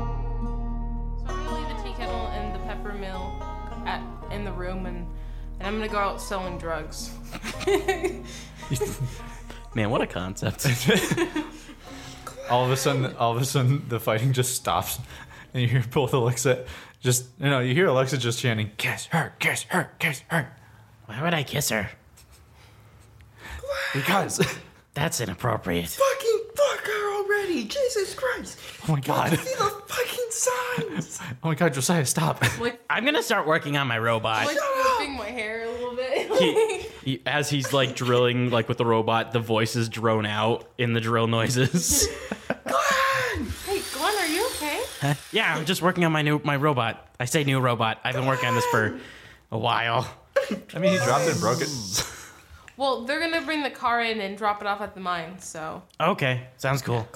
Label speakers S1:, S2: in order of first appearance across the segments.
S1: So I'm gonna leave the tea kettle and the pepper mill at in the room, and and I'm gonna go out selling drugs.
S2: Man, what a concept.
S3: all of a sudden, all of a sudden, the fighting just stops, and you hear both Alexa just you know you hear Alexa just chanting "kiss her, kiss her, kiss her"
S2: Why would I kiss her?
S3: because oh
S2: That's inappropriate.
S4: fucking fuck her already. Jesus Christ.
S3: Oh my god,
S4: See the fucking signs.
S3: oh my god, Josiah, stop!
S1: like
S2: I'm gonna start working on my robot.
S1: like flipping my hair a little bit.
S2: He- he- as he's like drilling, like with the robot, the voices drone out in the drill noises.
S1: hey, Glenn, are you okay?
S2: yeah, I'm just working on my new my robot. I say new robot. I've been working on this for a while.
S3: I mean, he dropped it and broke it.
S1: Well, they're gonna bring the car in and drop it off at the mine. So
S2: Okay, sounds cool.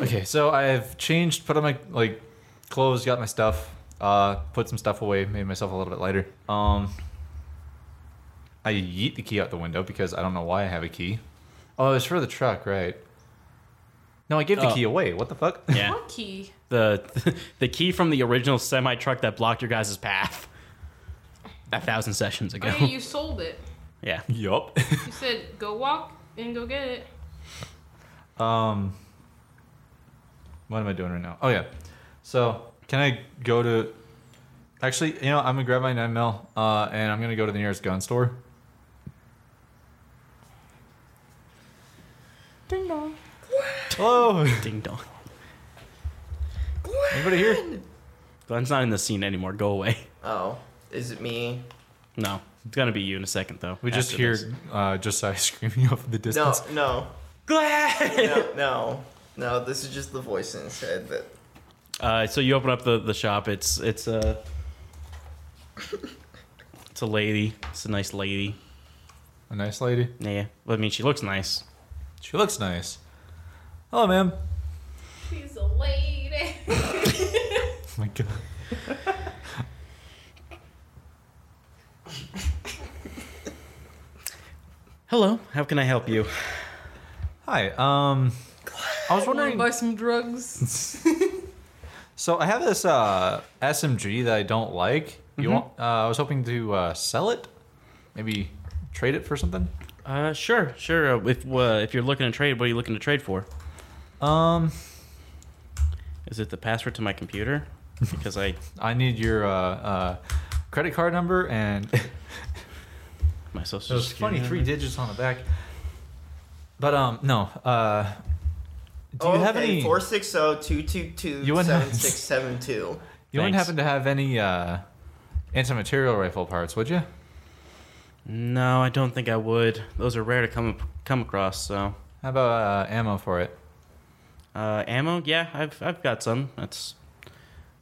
S3: Okay, so I've changed, put on my like clothes, got my stuff, uh, put some stuff away, made myself a little bit lighter. Um, I yeet the key out the window because I don't know why I have a key. Oh, it's for the truck, right? No, I gave the
S2: Oh.
S3: key away. What the fuck?
S2: Yeah,
S1: what key?
S2: the the key from the original semi truck that blocked your guys' path a thousand sessions ago.
S1: Hey, you sold it.
S2: Yeah,
S3: yup.
S1: You said go walk and go get it.
S3: Um, what am I doing right now? Oh yeah. So can I go to? Actually, you know, I'm gonna grab my nine mil, uh, and I'm gonna go to the nearest gun store.
S1: Ding dong.
S3: Hello,
S2: ding dong.
S3: anybody here?
S2: Glenn's not in the scene anymore. Go away.
S4: Oh, is it me?
S2: No, it's gonna be you in a second though.
S3: We just
S2: after
S3: hear
S2: this.
S3: uh, Josiah screaming off in the
S4: No,
S3: distance.
S4: no,
S2: Glenn.
S4: no, no, no. This is just the voice in his head that.
S2: Uh, so you open up the, the shop. It's it's a it's a lady. It's a nice lady.
S3: A nice lady.
S2: Yeah, well, I mean she looks nice.
S3: She looks nice. Hello, ma'am. Oh
S1: She's a lady.
S3: my god.
S2: Hello, how can I help you?
S3: Hi. Um, I was
S1: Wanna
S3: wondering.
S1: buy some drugs?
S3: So I have this uh, SMG that I don't like.
S2: Mm-hmm.
S3: You want? Uh, I was hoping to uh, sell it, maybe trade it for something.
S2: Uh, sure, sure. Uh, if uh, if you're looking to trade, what are you looking to trade for?
S3: Um,
S2: Is it the password to my computer? Because I
S3: I need your uh, uh, credit card number and
S2: My social
S3: There's
S2: security
S3: funny three
S2: number.
S3: digits on the back. But um, no. Uh, do you
S4: oh,
S3: have any?
S4: Four six zero two two two
S3: You wouldn't have-
S4: seven six seven two.
S3: you wouldn't
S2: Thanks.
S3: happen to have any uh, anti-material rifle parts, would you?
S2: No, I don't think I would. Those are rare to come come across. So,
S3: How about uh, ammo for it?
S2: uh, ammo, yeah, I've I've got some. That's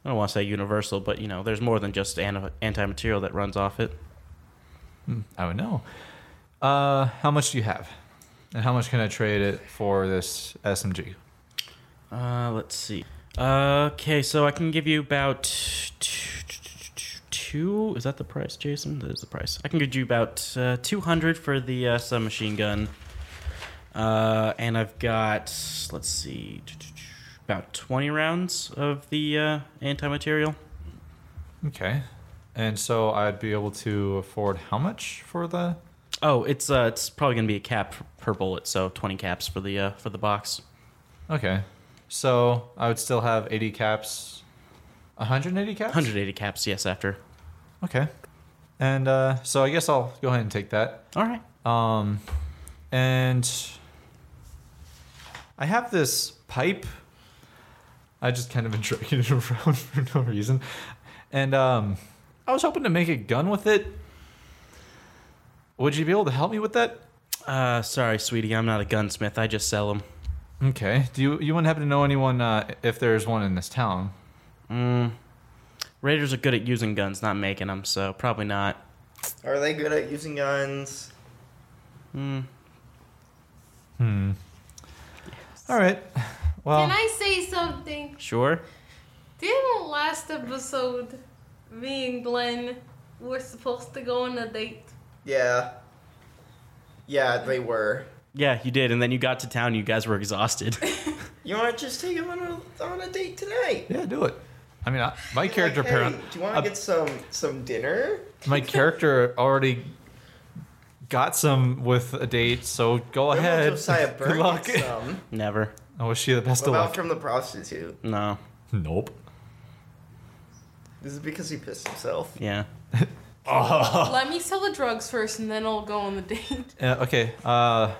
S2: I don't want to say universal, but you know, there's more than just anti material that runs off it.
S3: I would know. Uh, how much do you have? And how much can I trade it for this SMG?
S2: Uh, let's see. Uh, okay, so I can give you about two. Is that the price, Jason? That is the price. I can give you about uh, two hundred for the uh, submachine gun. Uh, and I've got let's see, about twenty rounds of the uh, anti-material.
S3: Okay. And so I'd be able to afford how much for the?
S2: Oh, it's uh, it's probably gonna be a cap per bullet, so twenty caps for the uh, for the box.
S3: Okay. So I would still have 80 caps. 180 caps.
S2: Hundred eighty caps, yes. After.
S3: Okay. And uh, so I guess I'll go ahead and take that.
S2: All right.
S3: Um, and I have this pipe. I just kind of been dragging it around for no reason. And um, I was hoping to make a gun with it. Would you be able to help me with that?
S2: Uh, sorry, sweetie, I'm not a gunsmith. I just sell them.
S3: Okay. Do you you wouldn't happen to know anyone uh, if there's one in this town?
S2: Raiders are good at using guns, not making them, so probably not.
S4: Are they good at using guns?
S3: All right. Well,
S1: Can I say something?
S2: Sure.
S1: Didn't last episode, me and Glenn were supposed to go on a date?
S4: Yeah. Yeah, they were.
S2: Yeah, you did, and then you got to town. You guys were exhausted.
S4: You want to just take them on a, on a date tonight?
S3: yeah, do it. I mean, I, my character
S4: Like,
S3: parent.
S4: hey, do you want to get some some dinner?
S3: my character already got some with a date, so go
S4: What about
S3: ahead.
S4: Josiah
S3: Good
S4: Burke
S3: luck.
S4: gets some?
S2: Never.
S3: I wish you the best
S4: What
S3: of
S4: about
S3: luck.
S4: from the prostitute?
S2: No.
S3: Nope.
S4: This is because he pissed himself.
S2: Yeah.
S1: Let me sell the drugs first and then I'll go on the date.
S3: Uh, okay. Uh, all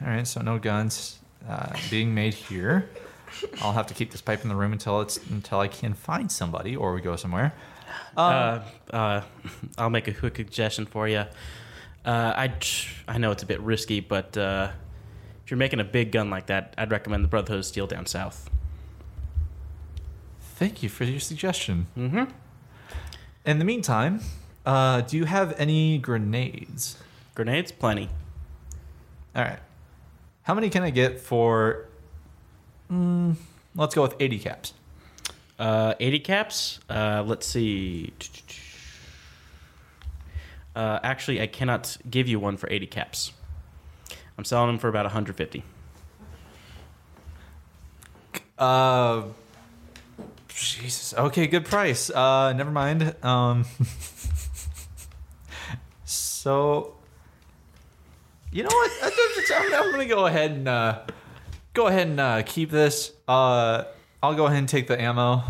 S3: right. So no guns uh, being made here. I'll have to keep this pipe in the room until it's until I can find somebody or we go somewhere.
S2: Uh, uh, I'll make a quick suggestion for you. Uh, I I know it's a bit risky, but uh, if you're making a big gun like that, I'd recommend the Brotherhood of Steel down south.
S3: Thank you for your suggestion. Mm-hmm. In the meantime, uh, do you have any grenades?
S2: Grenades, plenty.
S3: All right. How many can I get for? mm, let's go with eighty caps.
S2: Uh, 80 caps. Uh, let's see. Uh, actually, I cannot give you one for 80 caps. I'm selling them for about 150.
S3: Uh, Jesus. Okay, good price. Uh, never mind. Um, so, you know what? I think it's- I'm, I'm gonna go ahead and uh, go ahead and uh, keep this. Uh, I'll go ahead and take the ammo.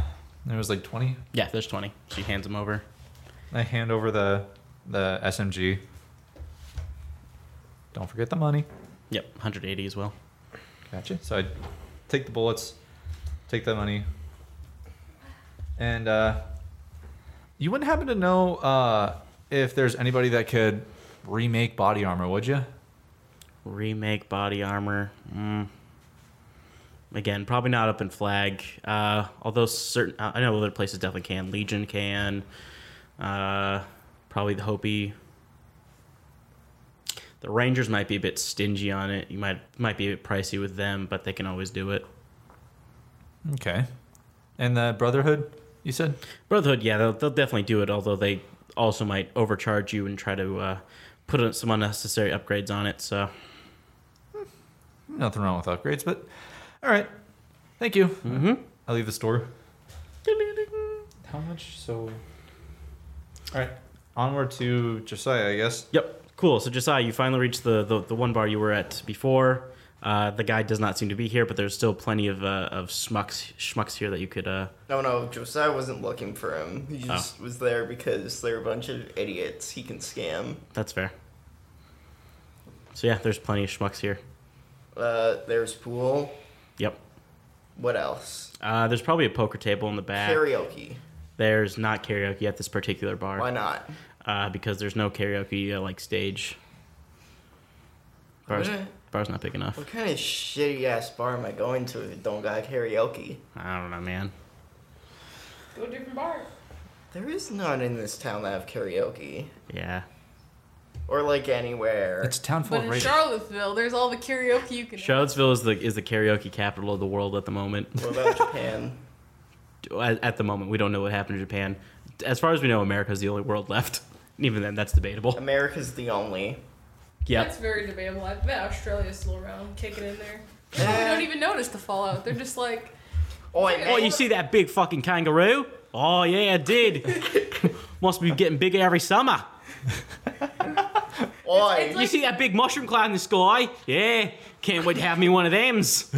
S3: There was like 20.
S2: Yeah, there's 20. She hands them over.
S3: I hand over the the SMG. Don't forget the money.
S2: Yep, 180 as well.
S3: Gotcha. So I take the bullets, take the money, and uh, you wouldn't happen to know uh, if there's anybody that could remake body armor, would you?
S2: Remake body armor. Mm. Again, probably not up in flag. Uh, although certain, I I know other places definitely can. Legion can. Uh, probably the Hopi. The Rangers might be a bit stingy on it. You might might be a bit pricey with them, but they can always do it.
S3: Okay. And the Brotherhood, you said?
S2: Brotherhood, yeah, they'll, they'll definitely do it. Although they also might overcharge you and try to uh, put in some unnecessary upgrades on it. So
S3: Nothing wrong with upgrades, but all right. Thank you. Mm-hmm. I leave the store. How much? So. All right. Onward to Josiah, I guess.
S2: Yep. Cool. So Josiah, you finally reached the, the, the one bar you were at before. Uh, the guy does not seem to be here, but there's still plenty of uh, of schmucks schmucks here that you could. Uh,
S4: No, no, Josiah wasn't looking for him. He just was there because they're a bunch of idiots he can scam.
S2: that's fair. So yeah, there's plenty of schmucks here.
S4: Uh, there's pool.
S2: Yep.
S4: What else?
S2: Uh, there's probably a poker table in the back.
S4: Karaoke.
S2: There's not karaoke at this particular bar
S4: Why not?
S2: Uh, because there's no karaoke uh, like stage. Bar's,
S4: Okay.
S2: bar's not big enough.
S4: What kind of shitty ass bar am I going to if it don't got karaoke?
S2: I don't know, man.
S1: Go to a different bar.
S4: There is none in this town that have karaoke.
S2: Yeah.
S4: Or like anywhere.
S3: It's a town full
S1: But
S3: of
S1: in
S3: raiders.
S1: Charlottesville, there's all the karaoke you can.
S2: Charlottesville is the is the karaoke capital of the world at the moment.
S4: what about Japan?
S2: At, at the moment, we don't know what happened in Japan. As far as we know, America's the only world left. And even then, that's debatable.
S4: America's the only.
S2: Yep.
S1: That's very debatable. I bet Australia's still around, kicking in there. They probably don't even notice the fallout. They're just like,
S4: Oh, I
S2: Oh, you see that big fucking kangaroo? Oh yeah, I did. Must be getting bigger every summer.
S4: Oi,
S1: it's
S2: You
S1: like-
S2: see that big mushroom cloud in the sky? Yeah. Can't wait to have me one of them's.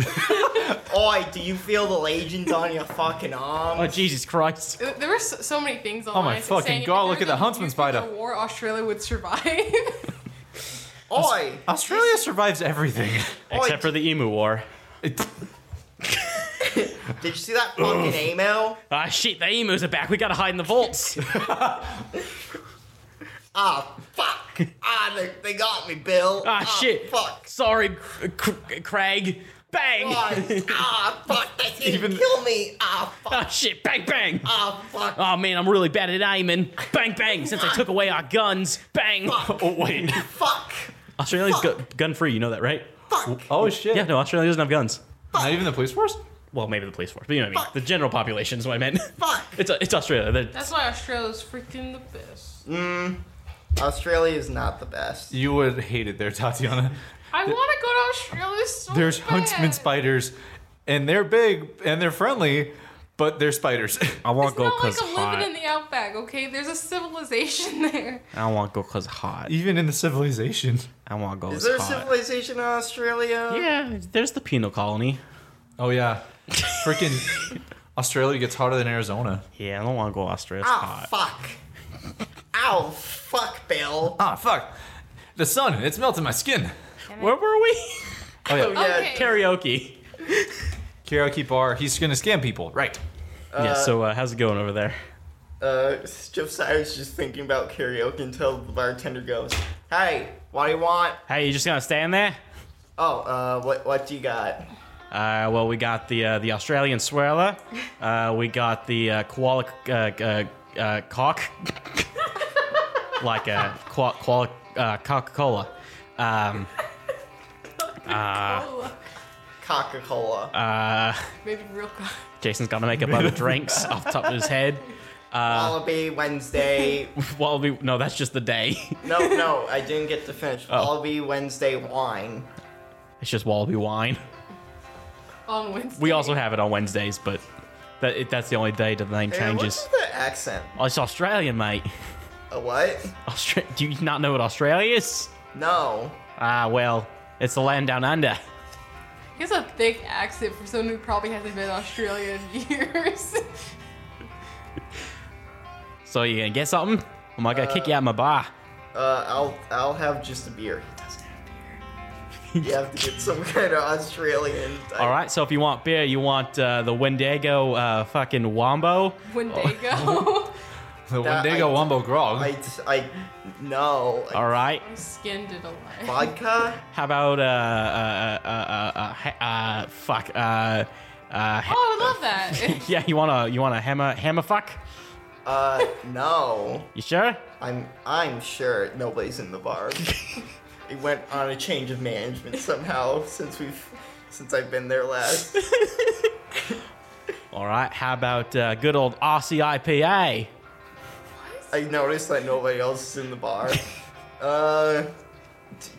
S4: oi, do you feel the legions on your fucking arm?
S2: Oh Jesus Christ.
S1: Th- There were so, so many things
S3: Oh
S1: online.
S3: my
S1: saying
S3: fucking
S1: if
S3: God,
S1: there
S3: look at
S1: was
S3: the
S1: a
S3: huntsman
S1: nuclear
S3: spider.
S1: War Australia would survive.
S4: Oi!
S3: Australia survives everything.
S2: Except for the emu war.
S4: Did you see that fucking email?
S2: Ah shit, the emus are back. We gotta hide in the vaults.
S4: Ah, fuck! ah, they, they got me, Bill.
S2: Ah shit.
S4: Fuck.
S2: Sorry, C- C- Craig. Bang.
S4: Oi, ah, fuck! That's gonna
S2: Even-
S4: kill me. Ah, fuck!
S2: Ah shit, bang bang.
S4: Ah, fuck!
S2: Oh man, I'm really bad at aiming. Bang bang. Since I took away our guns. Bang. Oh wait.
S4: fuck!
S2: Australia's gun free. You know that, right?
S4: Fuck!
S3: Oh shit!
S2: Yeah. No, Australia doesn't have guns.
S3: Not even the police force.
S2: Well, maybe the police force, but you know what I mean.
S4: Fuck.
S2: The general population is what I meant.
S4: Fuck!
S2: It's it's Australia. They're-
S1: That's why Australia's freaking the best.
S4: Australia is not the best.
S3: You would hate it there, Tatiana.
S1: I want to go to Australia so
S3: There's
S1: bad.
S3: huntsman spiders, and they're big and they're friendly, but they're spiders.
S2: I want
S1: It's not like I'm living in the outback, okay? There's a civilization there.
S2: I want to go cause hot.
S3: even in the civilization.
S2: I want to go
S4: Is there a civilization in Australia?
S2: Yeah, there's the penal colony.
S3: Oh yeah, freaking Australia gets hotter than Arizona.
S2: Yeah, I don't want to go Australia. It's
S4: Ah, fuck! Ow, fuck, Bill.
S3: Ah fuck, the sun it's melting my skin.
S2: Where were we?
S3: Oh yeah,
S4: Oh, yeah.
S1: Okay.
S2: Karaoke.
S3: karaoke bar. He's gonna scam people, right?
S2: yeah. So uh, how's it going over there?
S4: Uh, Josiah's just thinking about karaoke until the bartender goes, Hey, what do you want?
S2: Hey, you just gonna stand there?
S4: Oh, uh, what, what do you got?
S2: Uh, well, we got the uh, the Australian swirler. Uh, we got the uh, koala uh, uh, uh, cock, like a koa- koala uh, Coca Cola. Um,
S1: Oh.
S4: Coca Cola.
S1: Maybe real quick.
S2: Jason's gonna make up other drinks off the top of his head.
S4: Wallaby Wednesday.
S2: Well, we, no, that's just the day.
S4: no, no, I didn't get to finish.
S2: Oh.
S4: Wallaby Wednesday wine.
S2: It's just Wallaby wine.
S1: On Wednesday.
S2: We also have it on Wednesdays, but that, it, that's the only day the name
S4: Hey, What's
S2: changes.
S4: the accent?
S2: Oh, it's Australian, mate.
S4: A what?
S2: Austra- Do you not know what Australia is?
S4: No.
S2: Ah, well, it's the land down under.
S1: He has a thick accent for someone who probably hasn't been to Australia in years.
S2: So you gonna get something? Am I gonna kick you out of my bar?
S4: Uh, I'll I'll have just a beer. You have to get some kind of Australian. Type.
S2: All right. So if you want beer, you want uh, the Wendigo uh, fucking Wombo.
S4: Oh.
S1: Wendigo.
S3: The
S4: That-
S3: Wendigo
S4: I-
S3: Wombo Grog.
S4: I, I no.
S2: All right.
S1: Skinned it alive.
S4: Vodka.
S2: How about uh uh uh uh uh, uh, uh fuck uh uh he-
S1: Oh, I love that.
S2: yeah you wanna you wanna hammer hammer fuck?
S4: Uh, no.
S2: You sure?
S4: I'm I'm sure nobody's in the bar. it went on a change of management somehow since we've since I've been there last.
S2: All right. How about uh, good old Aussie IPA?
S4: I noticed that nobody else is in the bar. Uh, d-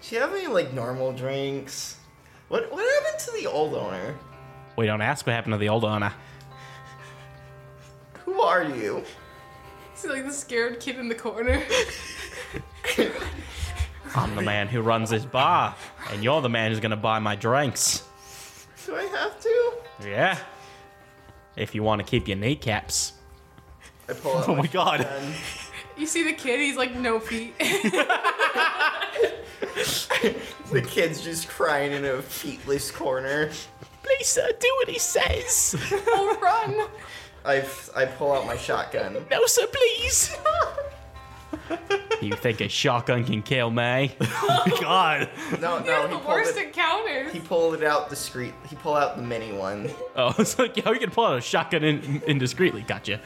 S4: do you have any like normal drinks? What what happened to the old owner?
S2: We don't ask what happened to the old owner.
S4: Who are you?
S1: It's like the scared kid in the corner.
S2: I'm the man who runs this bar. and you're the man who's gonna buy my drinks.
S4: Do I have to?
S2: Yeah. If you want to keep your kneecaps.
S4: I pull out.
S3: Oh my god.
S4: gun.
S1: You see the kid? He's like no feet.
S4: The kid's just crying in a feetless corner.
S2: Please, sir, do what he says.
S1: oh, run!
S4: I, f- I pull out my shotgun.
S2: No, sir, please. you think a shotgun can kill me?
S3: God.
S4: No, no,
S1: You're
S4: he
S1: the
S4: pulled
S1: worst
S4: it.
S1: at counters.
S4: He pulled it out discreet. He pulled out the mini one.
S2: Oh, it's like, yo, you can pull out a shotgun in, indiscreetly. Gotcha.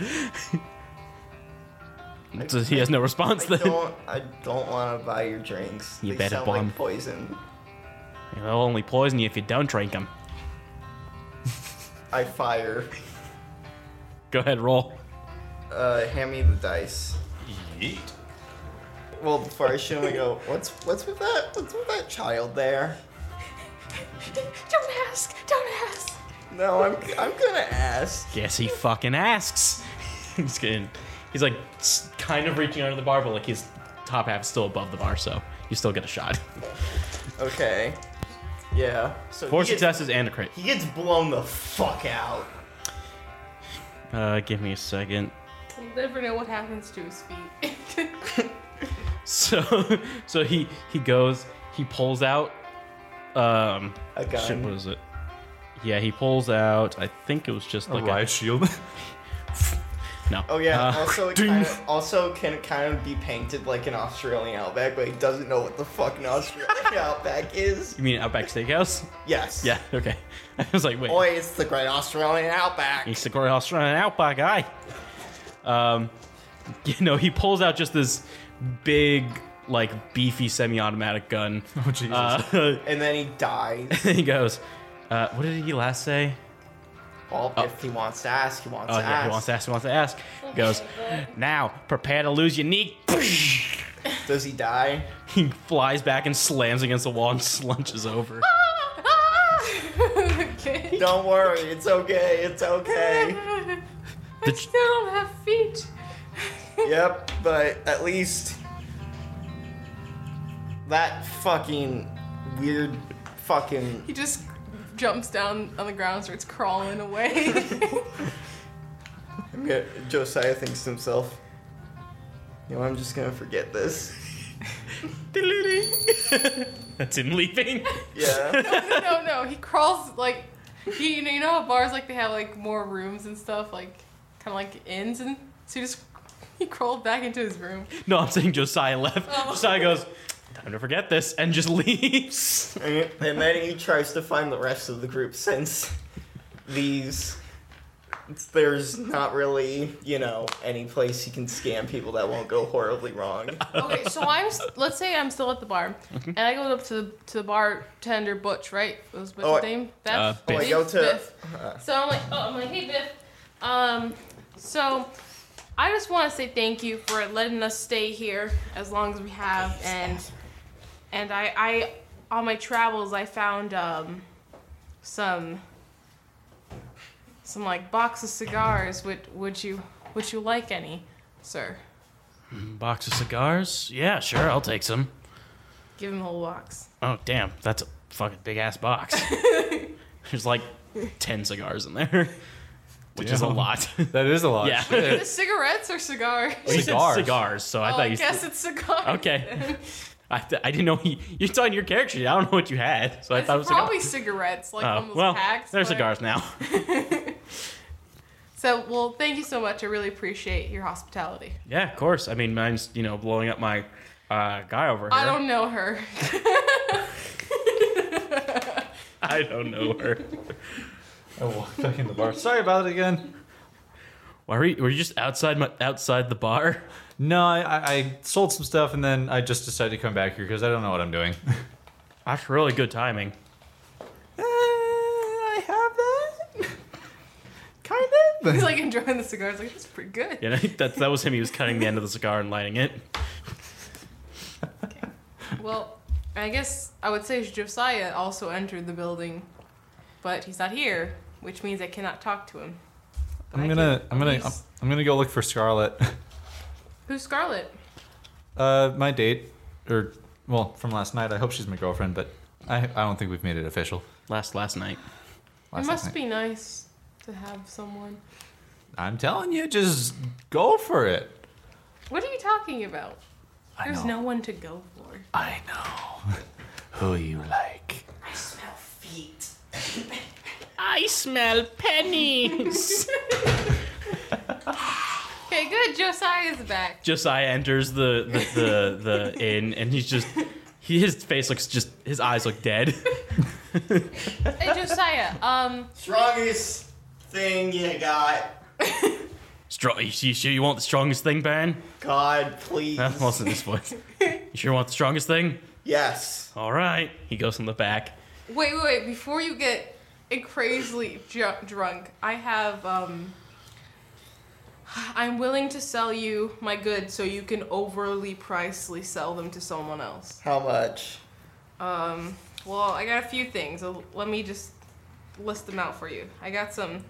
S2: so he has no response
S4: I
S2: then.
S4: don't. I don't want to buy your drinks.
S2: You
S4: they
S2: better
S4: sound
S2: buy 'em.
S4: like poison.
S2: They'll only poison you if you don't drink them.
S4: I fire.
S2: Go ahead, roll.
S4: Uh, hand me the dice.
S3: Yeet.
S4: Well, before I shoot him, I go, "What's what's with that? What's with that child there?"
S1: Don't ask. Don't ask.
S4: No, I'm I'm gonna ask.
S2: Guess he fucking asks. he's getting, he's like s- kind of reaching under the bar, but like his top half's still above the bar, so you still get a shot.
S4: Okay. Yeah. So
S2: Four
S4: he gets-
S2: successes and a crit.
S4: He gets blown the fuck out.
S2: Uh, give me a second.
S1: We'll never know what happens to his feet.
S2: So, so he he goes, he pulls out, um,
S4: A gun.
S2: shit, what is it? Yeah, he pulls out. I think it was just like
S3: riot shield. Oh,
S2: a no.
S4: Oh yeah.
S2: Uh,
S4: also, it
S2: ding.
S4: kind of, also can kind of be painted like an Australian outback, but he doesn't know what the fuck an Australian outback is.
S2: You mean Outback Steakhouse?
S4: Yes.
S2: Yeah. Okay. I was like, wait.
S4: Boy, it's the great Australian outback.
S2: He's the great Australian outback guy. Um, you know, he pulls out just this big, like beefy semi-automatic gun.
S3: Oh, Jesus.
S2: Uh,
S4: and then he dies.
S2: he goes, uh, "What did he last say?"
S4: Well, if he wants to ask, he wants
S2: Oh
S4: to
S2: yeah,
S4: ask.
S2: he wants to ask. He wants to ask. He goes, "Now prepare to lose your knee."
S4: Does he die?
S2: He flies back and slams against the wall and slunches over.
S1: Oh, okay.
S4: Don't worry, it's okay, it's okay.
S1: I still don't have feet.
S4: yep, but at least that fucking weird fucking
S1: He just jumps down on the ground and starts crawling away.
S4: I'm gonna, Josiah thinks to himself, you know, I'm just gonna forget this.
S2: That's him leaving.
S4: Yeah.
S1: no, no, he crawls like he, you know, you know how bars like they have like more rooms and stuff, like kind of like inns, and so he just he crawled back into his room.
S2: No, I'm saying Josiah left.
S1: Oh.
S2: Josiah goes, "Time to forget this," and just leaves.
S4: and and then he tries to find the rest of the group since these. There's not really, you know, any place you can scam people that won't go horribly wrong.
S1: Okay, so I'm s- let's say I'm still at the bar, and I go up to the to the bartender Butch, right? Was Butch's
S4: Oh, I-
S1: name? Beth.
S2: Uh, Biff.
S4: Oh, I go to-
S1: Biff. So I'm like, oh, I'm like, hey Biff. Um, so I just want to say thank you for letting us stay here as long as we have, and and I I on my travels I found um some some like box of cigars. Would would you would you like any, sir?
S2: Box of cigars? Yeah, sure, I'll take some.
S1: Give him a whole box.
S2: Oh, damn, that's a fucking big ass box. There's like 10 cigars in there, which is a
S3: Damn.
S2: lot.
S3: That is a lot.
S2: Yeah.
S3: Shit.
S1: The cigares or cigars?
S2: Well, you said
S3: Cigars.
S2: cigars, so I
S1: oh,
S2: thought
S1: I
S2: you
S1: guess
S2: said.
S1: it's cigars.
S2: Okay. I, th- I didn't know he, you're talking your character. sheet. I don't know what you had, so I
S1: It's
S2: thought it was
S1: probably
S2: cigars.
S1: cigarettes, like
S2: Oh,
S1: almost
S2: well,
S1: packs.
S2: there's
S1: but-
S2: cigars now.
S1: So, well, thank you so much. I really appreciate your hospitality.
S2: Yeah, of course. I mean, mine's, you know, blowing up my uh, guy over here.
S1: I don't know her.
S2: I don't know her.
S3: I walked back in the bar. Sorry about it again.
S2: Why were you, were you just outside my, outside the bar?
S3: No, I, I, I sold some stuff and then I just decided to come back here because I don't know what I'm doing.
S2: That's really good timing.
S3: Uh, I have that. kind of.
S1: He's like enjoying the cigars. Like that's pretty good.
S2: Yeah, that that was him. He was cutting the end of the cigar and lighting it.
S1: Well, I guess I would say Josiah also entered the building, but he's not here, which means I cannot talk to him. But I
S3: I'm
S1: can-
S3: gonna, I'm gonna, I'm,
S1: he's-
S3: I'm gonna go look for Scarlet.
S1: Who's Scarlet?
S3: Uh, my date, or well, from last night. I hope she's my girlfriend, but I, I don't think we've made it official.
S2: Last last night.
S1: It
S3: Last
S1: must
S3: night.
S1: be nice to have someone.
S3: I'm telling you, just go for it.
S1: What are you talking about? There's
S3: know.
S1: no one to go for.
S3: I know who you like.
S2: I smell pennies.
S1: Okay, good. Josiah's back.
S2: Josiah enters the the, the the inn and he's just he his face looks just his eyes look dead.
S1: Hey, Josiah. Um,
S4: Strongest thing you got.
S2: Strong, you, you sure you want the strongest thing, Baron?
S4: God, please.
S2: That wasn't his voice. You sure want the strongest thing?
S4: Yes.
S2: All right. He goes in the back.
S1: wait, wait, wait. Before you get crazily ju- drunk, I have um. I'm willing to sell you my goods so you can overly pricely sell them to someone else.
S4: How much?
S1: Um, well, I got a few things. so Let me just list them out for you. I got some,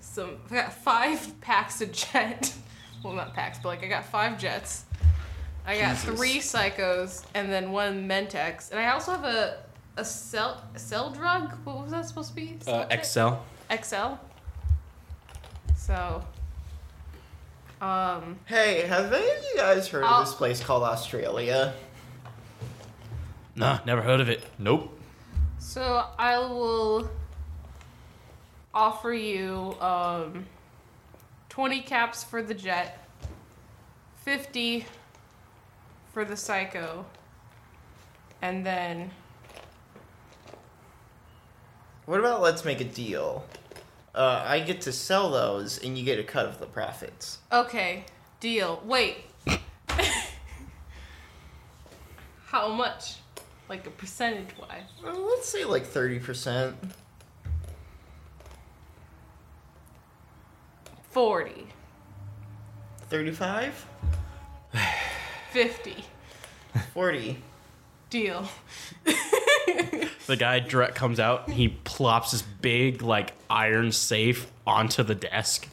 S1: some. I got five packs of jet. Well, not packs, but like I got five jets. I got three psychos and then one Mentex, and I also have a a cell cell drug. What was that supposed to be?
S2: Uh,
S1: Cell check?
S2: Excel.
S1: Excel. So. Um.
S4: Hey, have any of you guys heard
S1: I'll-
S4: of this place called Australia?
S2: Nah, never heard of it.
S3: Nope.
S1: So I will offer you um, 20 caps for the jet, 50 for the psycho, and then
S4: What about let's make a deal? Uh, I get to sell those, and you get a cut of the profits.
S1: okay, deal. Wait. How much? Like a percentage wise.
S4: Well, Uh, let's say like thirty percent.
S1: 40,
S4: Thirty-five?
S1: 50.
S4: Forty.
S1: Deal.
S2: The guy direct comes out. He plops this big like iron safe onto the desk,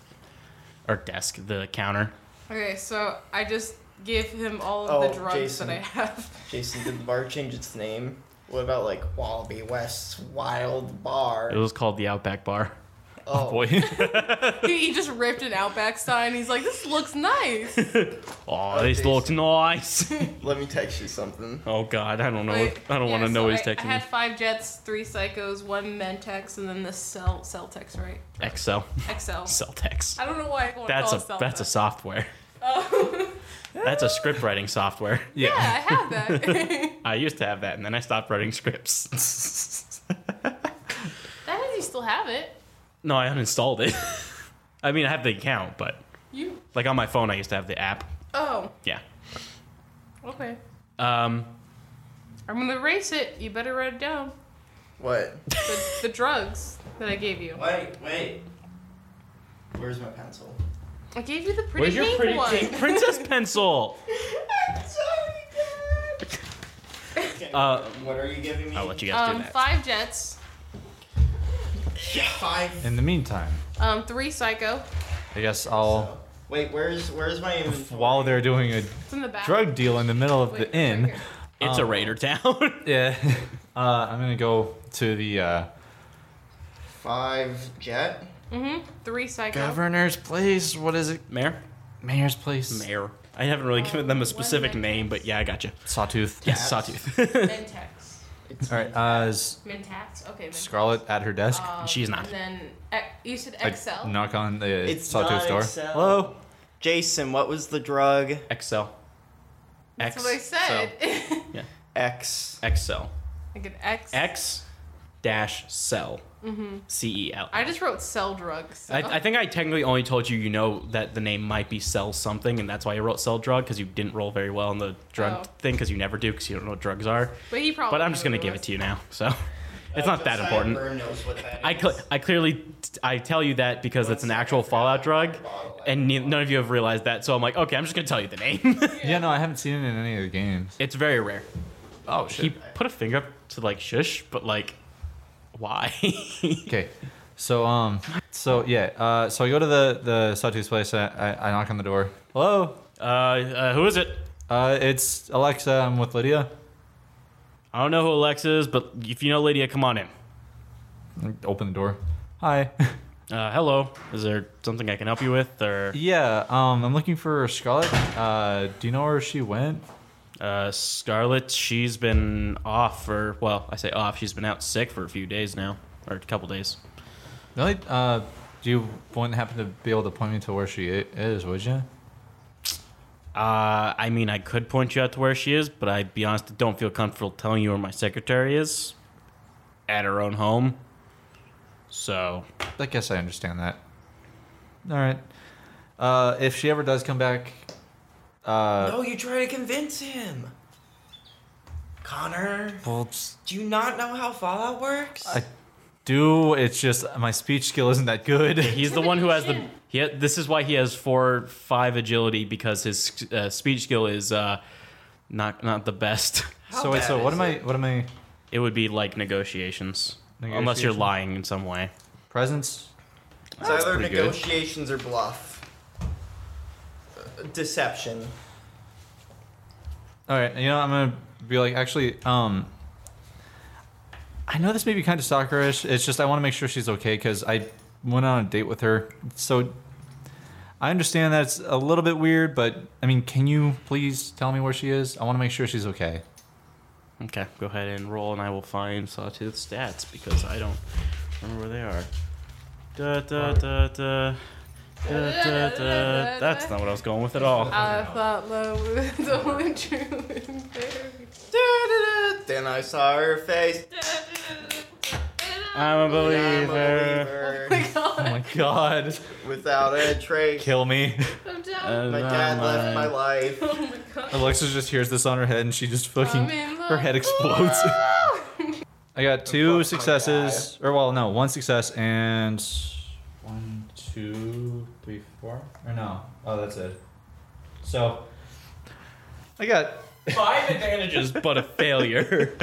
S2: or desk the counter.
S1: Okay, so I just give him all of
S4: Oh,
S1: the drugs
S4: Jason.
S1: that I have.
S4: Jason, did the bar change its name? What about like Wallaby West's Wild Bar?
S2: It was called the Outback Bar.
S4: oh,
S3: Boy,
S1: he, he just ripped an Outback sign. He's like, this looks nice.
S2: Oh, this
S4: Jason.
S2: looks nice.
S4: let me text you something.
S2: oh God, I don't know.
S1: Like,
S2: I don't
S1: yeah,
S2: want to
S1: so
S2: know. He's
S1: I, I
S2: texting me.
S1: had five jets, three psychos, one Mentex, and then the Cell Celtex, right?
S2: Excel,
S1: Excel.
S2: Celtex.
S1: I don't know why I want
S2: That's
S1: to
S2: a
S1: call it Celtex. Oh.
S2: that's a software. That's a script writing software.
S1: yeah, I have that.
S2: I used to have that, and then I stopped writing scripts.
S1: that means you still have it.
S2: no, I uninstalled it. I mean, I have the account, but
S1: You.
S2: like on my phone, I used to have the app.
S1: Oh,
S2: Yeah.
S1: okay.
S2: Um,
S1: I'm gonna erase it. You better write it down.
S4: What?
S1: The, the drugs that I gave you.
S4: Wait, wait. Where's my pencil?
S1: I gave you the pretty pink one.
S2: princess pencil?
S1: I'm sorry, Dad.
S4: Okay,
S2: Uh,
S4: what are you giving me?
S2: I'll let you guys do
S1: Um,
S2: that.
S1: five jets,
S4: Five.
S3: in the meantime,
S1: um, three psycho.
S3: I guess I'll.
S4: Wait, where's whe's my inventory?
S3: While they're doing a
S1: It's in the back.
S3: drug deal in the middle of
S1: Wait,
S3: the
S1: it's right
S3: inn,
S1: here.
S2: it's a raider town.
S3: yeah, uh, I'm gonna go to the uh,
S4: Five jet.
S1: Three psycho.
S3: governor's place. What is it?
S2: Mayor,
S3: Mayor's place.
S2: mayor. I haven't really given them a specific
S1: one
S2: name, but yeah, I got you.
S3: Sawtooth.
S2: Yes, Sawtooth.
S1: Mentex.
S3: All right. Uh, is
S1: Mentats? Okay, Mentats.
S3: Scarlet at her desk?
S2: She's not.
S1: And then ex- you said
S3: I
S1: Excel.
S3: knock on the
S4: It's
S3: Sawtooth
S4: not
S3: door.
S4: Excel.
S3: Hello.
S4: Jason, what was the drug?
S2: Excel.
S1: That's what I said.
S4: X.
S2: Excel.
S1: like an X.
S2: X dash cell. C E L.
S1: Mm-hmm. I just wrote cell drugs. So.
S2: I, I think I technically only told you you know that the name might be cell something, and that's why you wrote cell drug because you didn't roll very well on the drug
S1: Oh.
S2: thing because you never do because you don't know what drugs are.
S1: but he probably.
S2: But I'm just gonna give it to you now, so it's not that important.
S4: knows what that
S2: I, cl- I clearly I tell you that because it's an actual Fallout drug, and ne- none of you have realized that. So I'm like, okay, I'm just gonna tell you the name.
S3: Yeah, no, I haven't seen it in any of the games.
S2: it's very rare.
S3: Oh
S2: He put a finger up to like shush, but like, why?
S3: Okay. So um, so yeah, uh, so I go to the the Sawtooth's place. I, I, I knock on the door. Hello.
S2: uh, uh, who is it?
S3: Uh, it's Alexa. I'm with Lydia.
S2: I don't know who Alexa is, but if you know Lydia, come on in.
S3: Open the door. Hi.
S2: Uh, hello. Is there something I can help you with, or
S3: yeah, um, I'm looking for Scarlett. Uh, do you know where she went?
S2: uh, Scarlett? She's been off for well, I say off. She's been out sick for a few days now, or a couple days.
S3: Really? Uh, do you wouldn't happen to be able to point me to where she i- is, would you?
S2: Uh, I mean, I could point you out to where she is, but I'd be honest, I don't feel comfortable telling you where my secretary is at her own home. So,
S3: I guess I understand that. All right. Uh, if she ever does come back, uh,
S4: No, Oh, you try to convince him. Connor,
S3: well, it's-
S4: do you not know how Fallout works?
S3: I do. It's just my speech skill isn't that good.
S2: He's the one who has the.
S1: Intimidation.
S2: He ha- this is why he has four, five agility because his uh, speech skill is uh, not not the best.
S4: How
S3: so wait, so
S4: bad
S3: what
S4: is
S3: am I?
S4: it?
S3: What am I?
S2: It would be like negotiations, unless you're
S3: Negotiation?
S2: lying in some way.
S3: Presence?
S4: It's either
S3: pretty good.
S4: negotiations or bluff. Uh, Deception.
S3: All right. You know, I'm gonna be like, actually, um, I know this may be kind of soccerish. It's just I want to make sure she's okay because I went on a date with her. So I understand that's a little bit weird, but I mean, can you please tell me where she is? I want to make sure she's okay.
S2: Okay, go ahead and roll, and I will find Sawtooth stats because I don't remember where they are. Da, da, da, da. Da, da, da. That's not what I was going with at all.
S1: I thought love was only true in therapy.
S4: Da-da-da, Then I saw her face.
S2: I'm a
S4: I'm a
S2: believer.
S4: believer.
S3: Oh my god.
S4: Without a trace.
S3: Kill me.
S1: I'm down.
S2: and
S4: Oh My dad
S2: I'm
S4: left
S2: a-
S4: my life.
S1: oh my god.
S3: Alexa just hears this on her head and she just fucking
S1: I'm in love.
S3: her head explodes. I got
S4: Fuck
S3: two
S4: my
S3: successes, or well, no, one success and one, two, three, four, or no, oh, that's it. So I got
S2: five advantages, but a failure.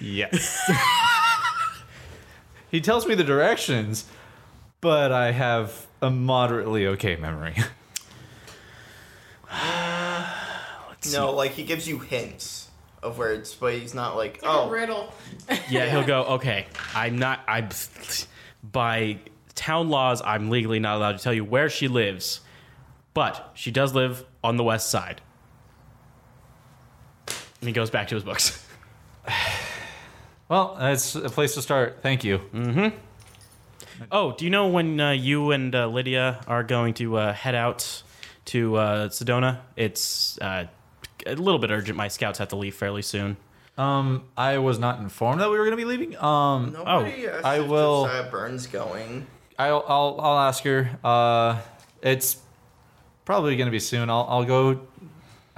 S3: yes. he tells me the directions, but I have a moderately okay memory.
S4: No, like he gives you hints of words, but he's not
S1: Like
S4: like,
S1: a
S4: oh,
S1: riddle.
S2: Yeah, he'll go, okay, I'm not, I'm, by town laws, I'm legally not allowed to tell you where she lives, but she does live on the west side. And he goes back to his books.
S3: well, that's a place to start. Thank you.
S2: Oh, do you know when uh, you and uh, Lydia are going to uh, head out to uh, Sedona? It's uh, a little bit urgent. My scouts have to leave fairly soon.
S3: Um, I was not informed that we were going to be leaving. Um,
S4: nobody asked
S3: I
S4: if
S3: will-
S4: Josiah Burns going.
S3: I'll, I'll I'll ask her. Uh, it's probably gonna be soon. I'll I'll go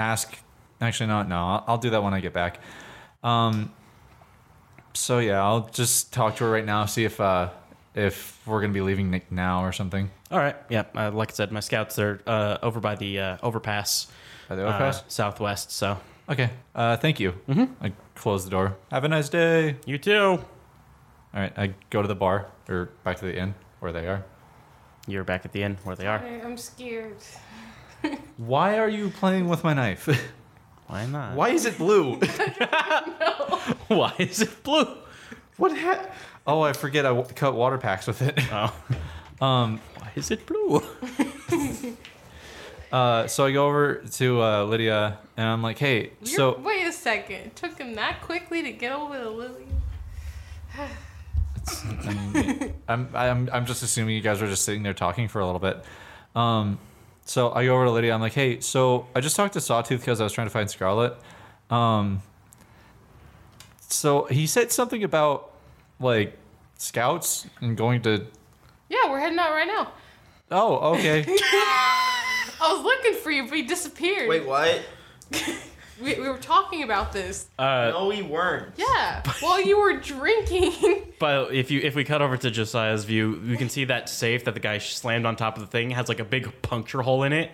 S3: ask. Actually, no, no. I'll, I'll do that when I get back. Um. So yeah, I'll just talk to her right now. See if uh if we're gonna be leaving Nick now or something.
S2: All right. Yeah. Uh, like I said, my scouts are uh, over by the uh, overpass,
S3: By the
S2: uh,
S3: overpass.
S2: southwest. So
S3: okay. Uh, thank you. Mm-hmm. I close the door. Have a nice day.
S2: you too.
S3: All right. I go to the bar or back to the inn where they are.
S2: You're back at the inn where they are.
S1: I- I'm scared.
S3: Why are you playing with my knife?
S2: Why not?
S3: Why is it blue?
S2: Why is it blue?
S3: What ha- Oh, I forget I w- cut water packs with it.
S2: Oh.
S3: Um,
S2: Why is it blue?
S3: uh, so I go over to uh, Lydia and I'm like, "Hey,
S1: You're-
S3: so
S1: wait a second. It took him that quickly to get over the lily.
S3: I'm, I'm I'm just assuming you guys were just sitting there talking for a little bit." Um, so I go over to Lydia. I'm like, "Hey, so I just talked to Sawtooth because I was trying to find Scarlet. Um, so he said something about like scouts and going to.
S1: Yeah, we're heading out right now.
S3: Oh, okay.
S1: I was looking for you, but he disappeared.
S4: Wait, what?
S1: We, we were talking about this.
S2: Uh,
S4: No, we weren't.
S1: Yeah, while you were drinking.
S2: but if you if we cut over to Josiah's view, you can see that safe that the guy slammed on top of the thing has like a big puncture hole in it,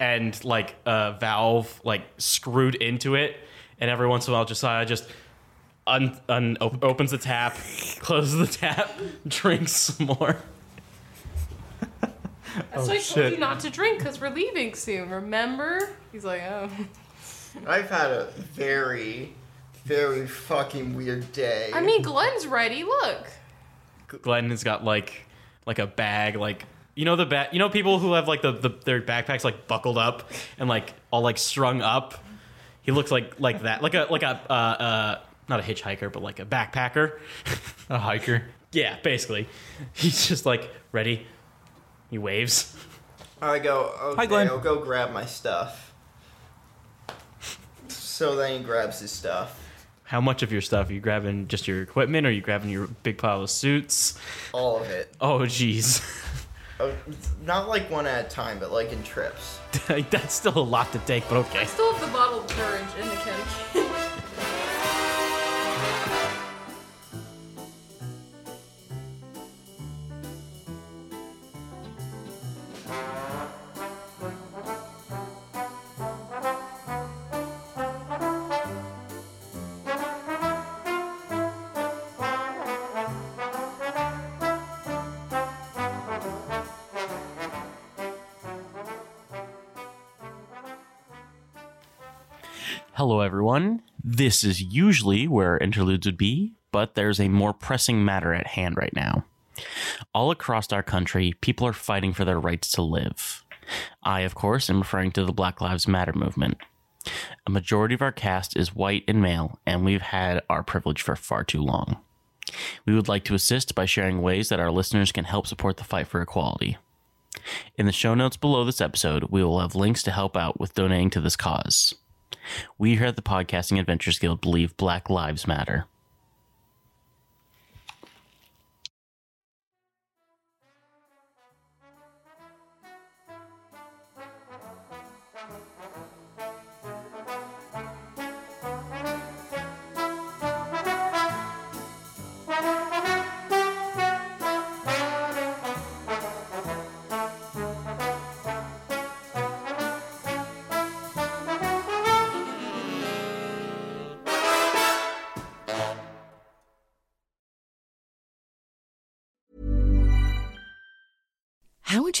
S2: and like a valve like screwed into it. And every once in a while, Josiah just un, un op- opens the tap, closes the tap, drinks some more.
S1: That's why I told
S3: Oh, shit.
S1: you not to drink because we're leaving soon, remember? He's like, oh.
S4: I've had a very, very fucking weird day.
S1: I mean, Glenn's ready. Look.
S2: Glenn has got like like a bag like you know the bag you know people who have like the, the their backpacks like buckled up and like all like strung up. He looks like like that like a like a uh, uh not a hitchhiker but like a backpacker.
S3: A hiker.
S2: yeah, basically. He's just like ready. He waves.
S4: I go, okay,
S3: Glenn.
S4: I'll go grab my stuff. So then he grabs his stuff.
S2: How much of your stuff? Are you grabbing just your equipment or are you grabbing your big pile of suits?
S4: All of it.
S2: Oh jeez.
S4: Oh, it's Not like one at a time, but like in trips.
S2: That's still a lot to take, but
S1: I
S2: okay.
S1: still have the bottle of courage in the keg.
S5: Hello, everyone. This is usually where interludes would be, but there's a more pressing matter at hand right now. All across our country, people are fighting for their rights to live. I, of course, am referring to the Black Lives Matter movement. A majority of our cast is white and male, and we've had our privilege for far too long. We would like to assist by sharing ways that our listeners can help support the fight for equality. In the show notes below this episode, we will have links to help out with donating to this cause we here at the Podcasting Adventures Guild believe Black Lives Matter.
S6: How would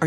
S7: are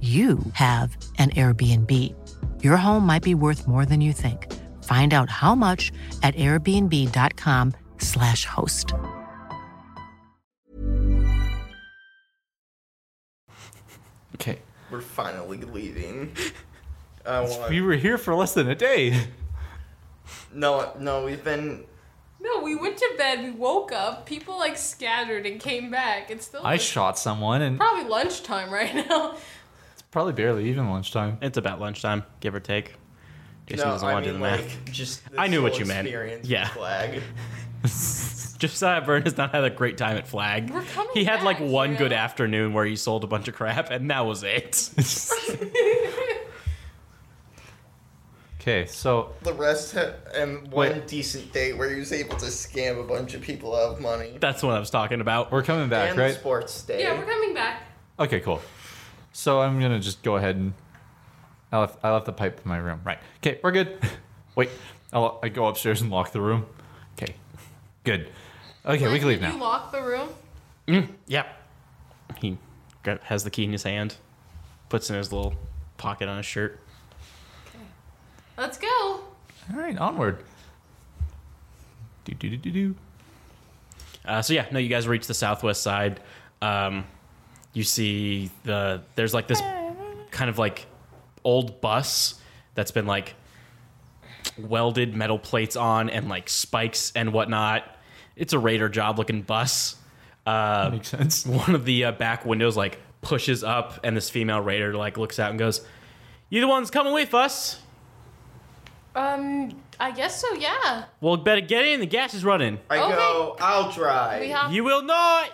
S8: you have an Airbnb. Your home might be worth more than you think. Find out how much at airbnb.com slash host.
S3: Okay.
S4: We're finally leaving. I want.
S3: We were here for less than a day.
S4: No, no, we've been.
S1: No, we went to bed. We woke up. People like scattered and came back. It's still
S3: I
S1: like,
S3: shot someone, and
S1: probably lunchtime right now.
S3: it's probably barely even lunchtime.
S2: It's about lunchtime, give or take. Jason
S4: no,
S2: doesn't
S4: I
S2: want to do
S4: mean,
S2: the
S4: like,
S2: math.
S4: just.
S2: I
S4: this
S2: knew what
S4: whole
S2: you meant.
S4: experience with
S2: Yeah.
S4: Flag.
S2: Josiah Byrne has not had a great time at Flag. he had like one good afternoon where he sold a bunch of crap, and that was it.
S3: Okay, so
S4: The rest ha- and one
S3: Wait.
S4: decent day where he was able to scam a bunch of people out of money.
S2: that's what I was talking about.
S3: We're coming back,
S4: and
S3: right?
S4: sports day.
S1: Yeah, we're coming back.
S3: Okay, cool. So I'm gonna just go ahead and I left, I left the pipe in my room. Right. Okay, we're good. Wait, I'll, I go upstairs and lock the room. Okay, good. Okay, we can leave
S1: You
S3: now.
S1: lock the room.
S2: Mm, yep. He got, has the key in his hand, puts it in his little pocket on his shirt.
S1: Let's go.
S3: All right, onward. Do do do do do.
S2: Uh, so yeah, no, you guys reach the southwest side. Um, you see the there's like this kind of like old bus that's been like welded metal plates on and like spikes and whatnot. It's a raider job looking bus. Uh,
S3: Makes sense.
S2: One of the uh, back windows like pushes up, and this female raider like looks out and goes, "You the ones coming with us?
S1: Um, I guess so. Yeah.
S2: Well, better get in. The gas is running.
S4: I go. I'll drive.
S1: We have-
S2: You will not.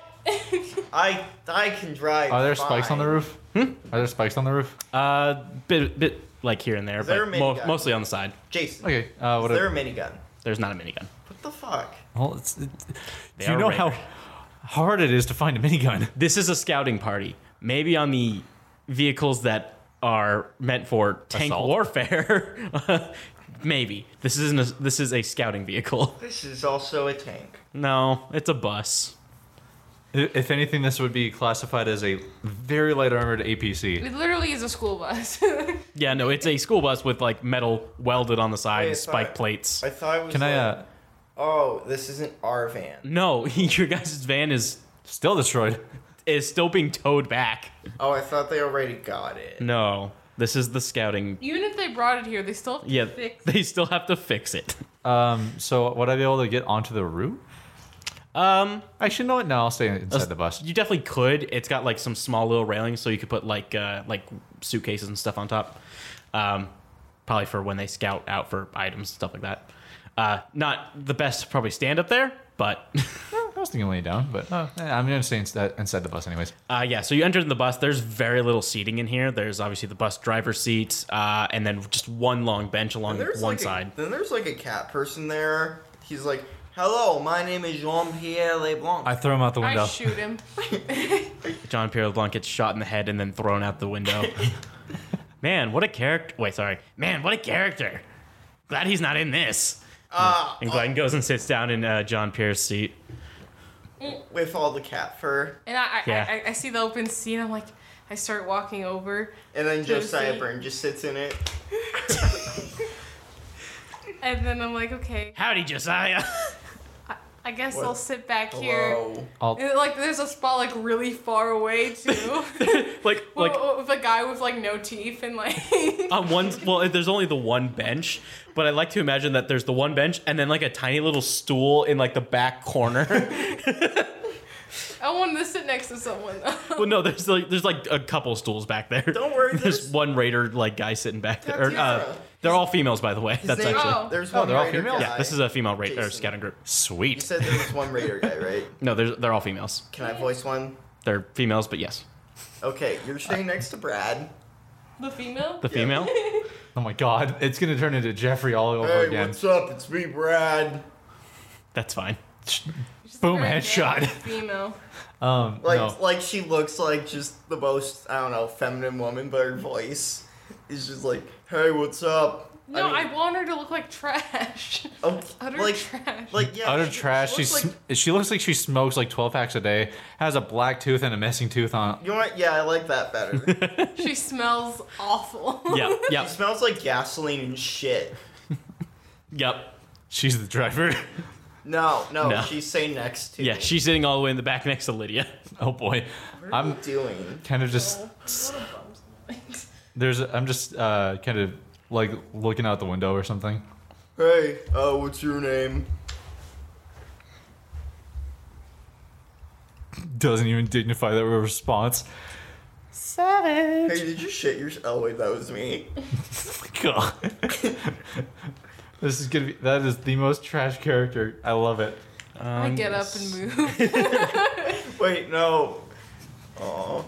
S4: I I can drive.
S3: Are there spikes on the
S4: fine.
S3: roof? Hmm? Are there spikes on the roof?
S2: Uh, bit bit like here and there,
S4: there
S2: but
S4: a
S2: mo-
S4: minigun?
S2: mostly on the side.
S4: Jason.
S3: Okay. Uh, what
S4: Is there a minigun?
S2: There's not a minigun.
S4: What the fuck?
S3: Well, it's, it's,
S2: They
S3: do you
S2: are
S3: know
S2: rare.
S3: how hard it is to find a minigun?
S2: This is a scouting party. Maybe on the vehicles that are meant for tank
S3: Assault?
S2: warfare. Maybe this isn't. A, this is a scouting vehicle.
S4: This is also a tank.
S2: No, it's a bus.
S3: I- If anything, this would be classified as a very light armored APC.
S1: It literally is a school bus.
S2: Yeah, no, it's a school bus with like metal welded on the side, and
S4: I
S2: spike
S4: thought-
S2: plates.
S4: I thought it was.
S3: Can I?
S4: like,
S3: uh
S4: Oh, this isn't our van.
S2: No, your guys' van is
S3: Still destroyed.
S2: is still being towed back.
S4: Oh, I thought they already got it.
S2: No, this is the scouting.
S1: Even if they brought it here, they still have to
S2: Yeah,
S1: fix.
S2: they still have to fix it.
S3: Um, so would I be able to get onto the roof?
S2: Um,
S3: Actually, no. No, I'll stay inside the bus.
S2: You definitely could. It's got like some small little railings, so you could put like uh, like suitcases and stuff on top, um, probably for when they scout out for items and stuff like that. Uh, not the best to probably stand up there, but
S3: I was thinking lay down, but uh, eh, I'm gonna stay inside, inside the bus anyways.
S2: uh, yeah. So you enter the bus. There's very little seating in here. There's obviously the bus driver's seat, uh, and then just one long bench
S3: Mm-hmm.
S2: along
S4: There's
S2: one
S4: like a-
S2: side.
S4: then there's like a cat person there. He's like, "Hello, my name is Jean Pierre Leblanc."
S3: I throw him out the window.
S1: I shoot him.
S2: John Pierre LeBlanc gets shot in the head and then thrown out the window. Man, what a character! Wait, sorry. Man, what a character! Glad he's not in this.
S4: Ah,
S2: And Glenn goes and sits down in uh, John Pierre's seat.
S4: with all the cat fur,
S1: And I, I,
S2: Yeah.
S1: I, I see the open seat. I'm like, I start walking over,
S4: and then
S1: Josie.
S4: Josiah Byrne just sits in it.
S1: and then I'm like, okay,
S2: Howdy, Josiah.
S1: I guess
S4: What?
S1: I'll sit back here.
S4: Hello.
S3: I'll,
S1: And, like, there's a spot like really far away too,
S2: like, like Uh.
S1: with a guy with like no teeth and like.
S2: on one. Well, there's only the one bench, but I like to imagine that there's the one bench and then like a tiny little stool in like the back corner.
S1: I wanted to sit next to someone. though.
S2: well, no, there's like there's like a couple stools back there.
S4: Don't worry,
S2: There's,
S4: there's-
S2: one raider like guy sitting back there. Or,
S4: That's
S2: uh,
S4: Ezra.
S2: they're all females, by the way.
S4: His
S2: That's
S4: name-
S2: actually.
S1: Oh.
S4: There's
S3: Oh,
S4: one
S3: they're all
S4: raider
S3: female?
S4: guy.
S2: Yeah, this is a female ra- or
S4: Uh, Jason.
S2: scouting group.
S4: You
S2: Sweet.
S4: said there was one raider guy, right?
S2: No, they're, they're all females.
S4: Can I voice one?
S2: They're females, but yes.
S4: Okay, you're staying next to Brad.
S1: the female.
S2: The female?
S3: oh my god, it's gonna turn into Jeffrey all over
S4: Hey,
S3: again.
S4: what's up? It's me, Brad.
S2: That's fine.
S3: Boom,
S1: Very
S3: headshot.
S1: male, Female.
S3: Um,
S4: Like,
S3: no.
S4: like she looks like just the most I don't know feminine woman, but her voice is just like, "Hey, what's up?"
S1: No, I,
S4: mean,
S1: want her to look like trash.
S4: um,
S1: utter
S4: like,
S1: trash.
S4: Like yeah,
S3: Utter
S4: she- she
S3: trash. She
S4: looks
S3: sm
S4: like,
S3: she looks like she smokes like 12 packs a day. Has a black tooth and a missing tooth on.
S4: you know what? Yeah, I like that better.
S1: she smells awful.
S2: Yeah, yeah.
S4: smells like gasoline and shit.
S2: Yep.
S3: She's the driver.
S4: No, no,
S2: No.
S4: she's sitting next to.
S2: Yeah, she's sitting all the way in the back next to Lydia.
S3: Oh boy.
S4: What are
S3: I'm
S4: you doing?
S3: kind of just there's I'm just uh, kind of like looking out the window or something.
S4: Hey, uh, what's your name?
S3: Doesn't even dignify that response.
S4: Savage. Hey, did you shit yourself? Oh wait, that was me.
S3: God. this is gonna be that is the most trash character. I love it.
S1: I get up and move.
S4: Wait, no. Oh.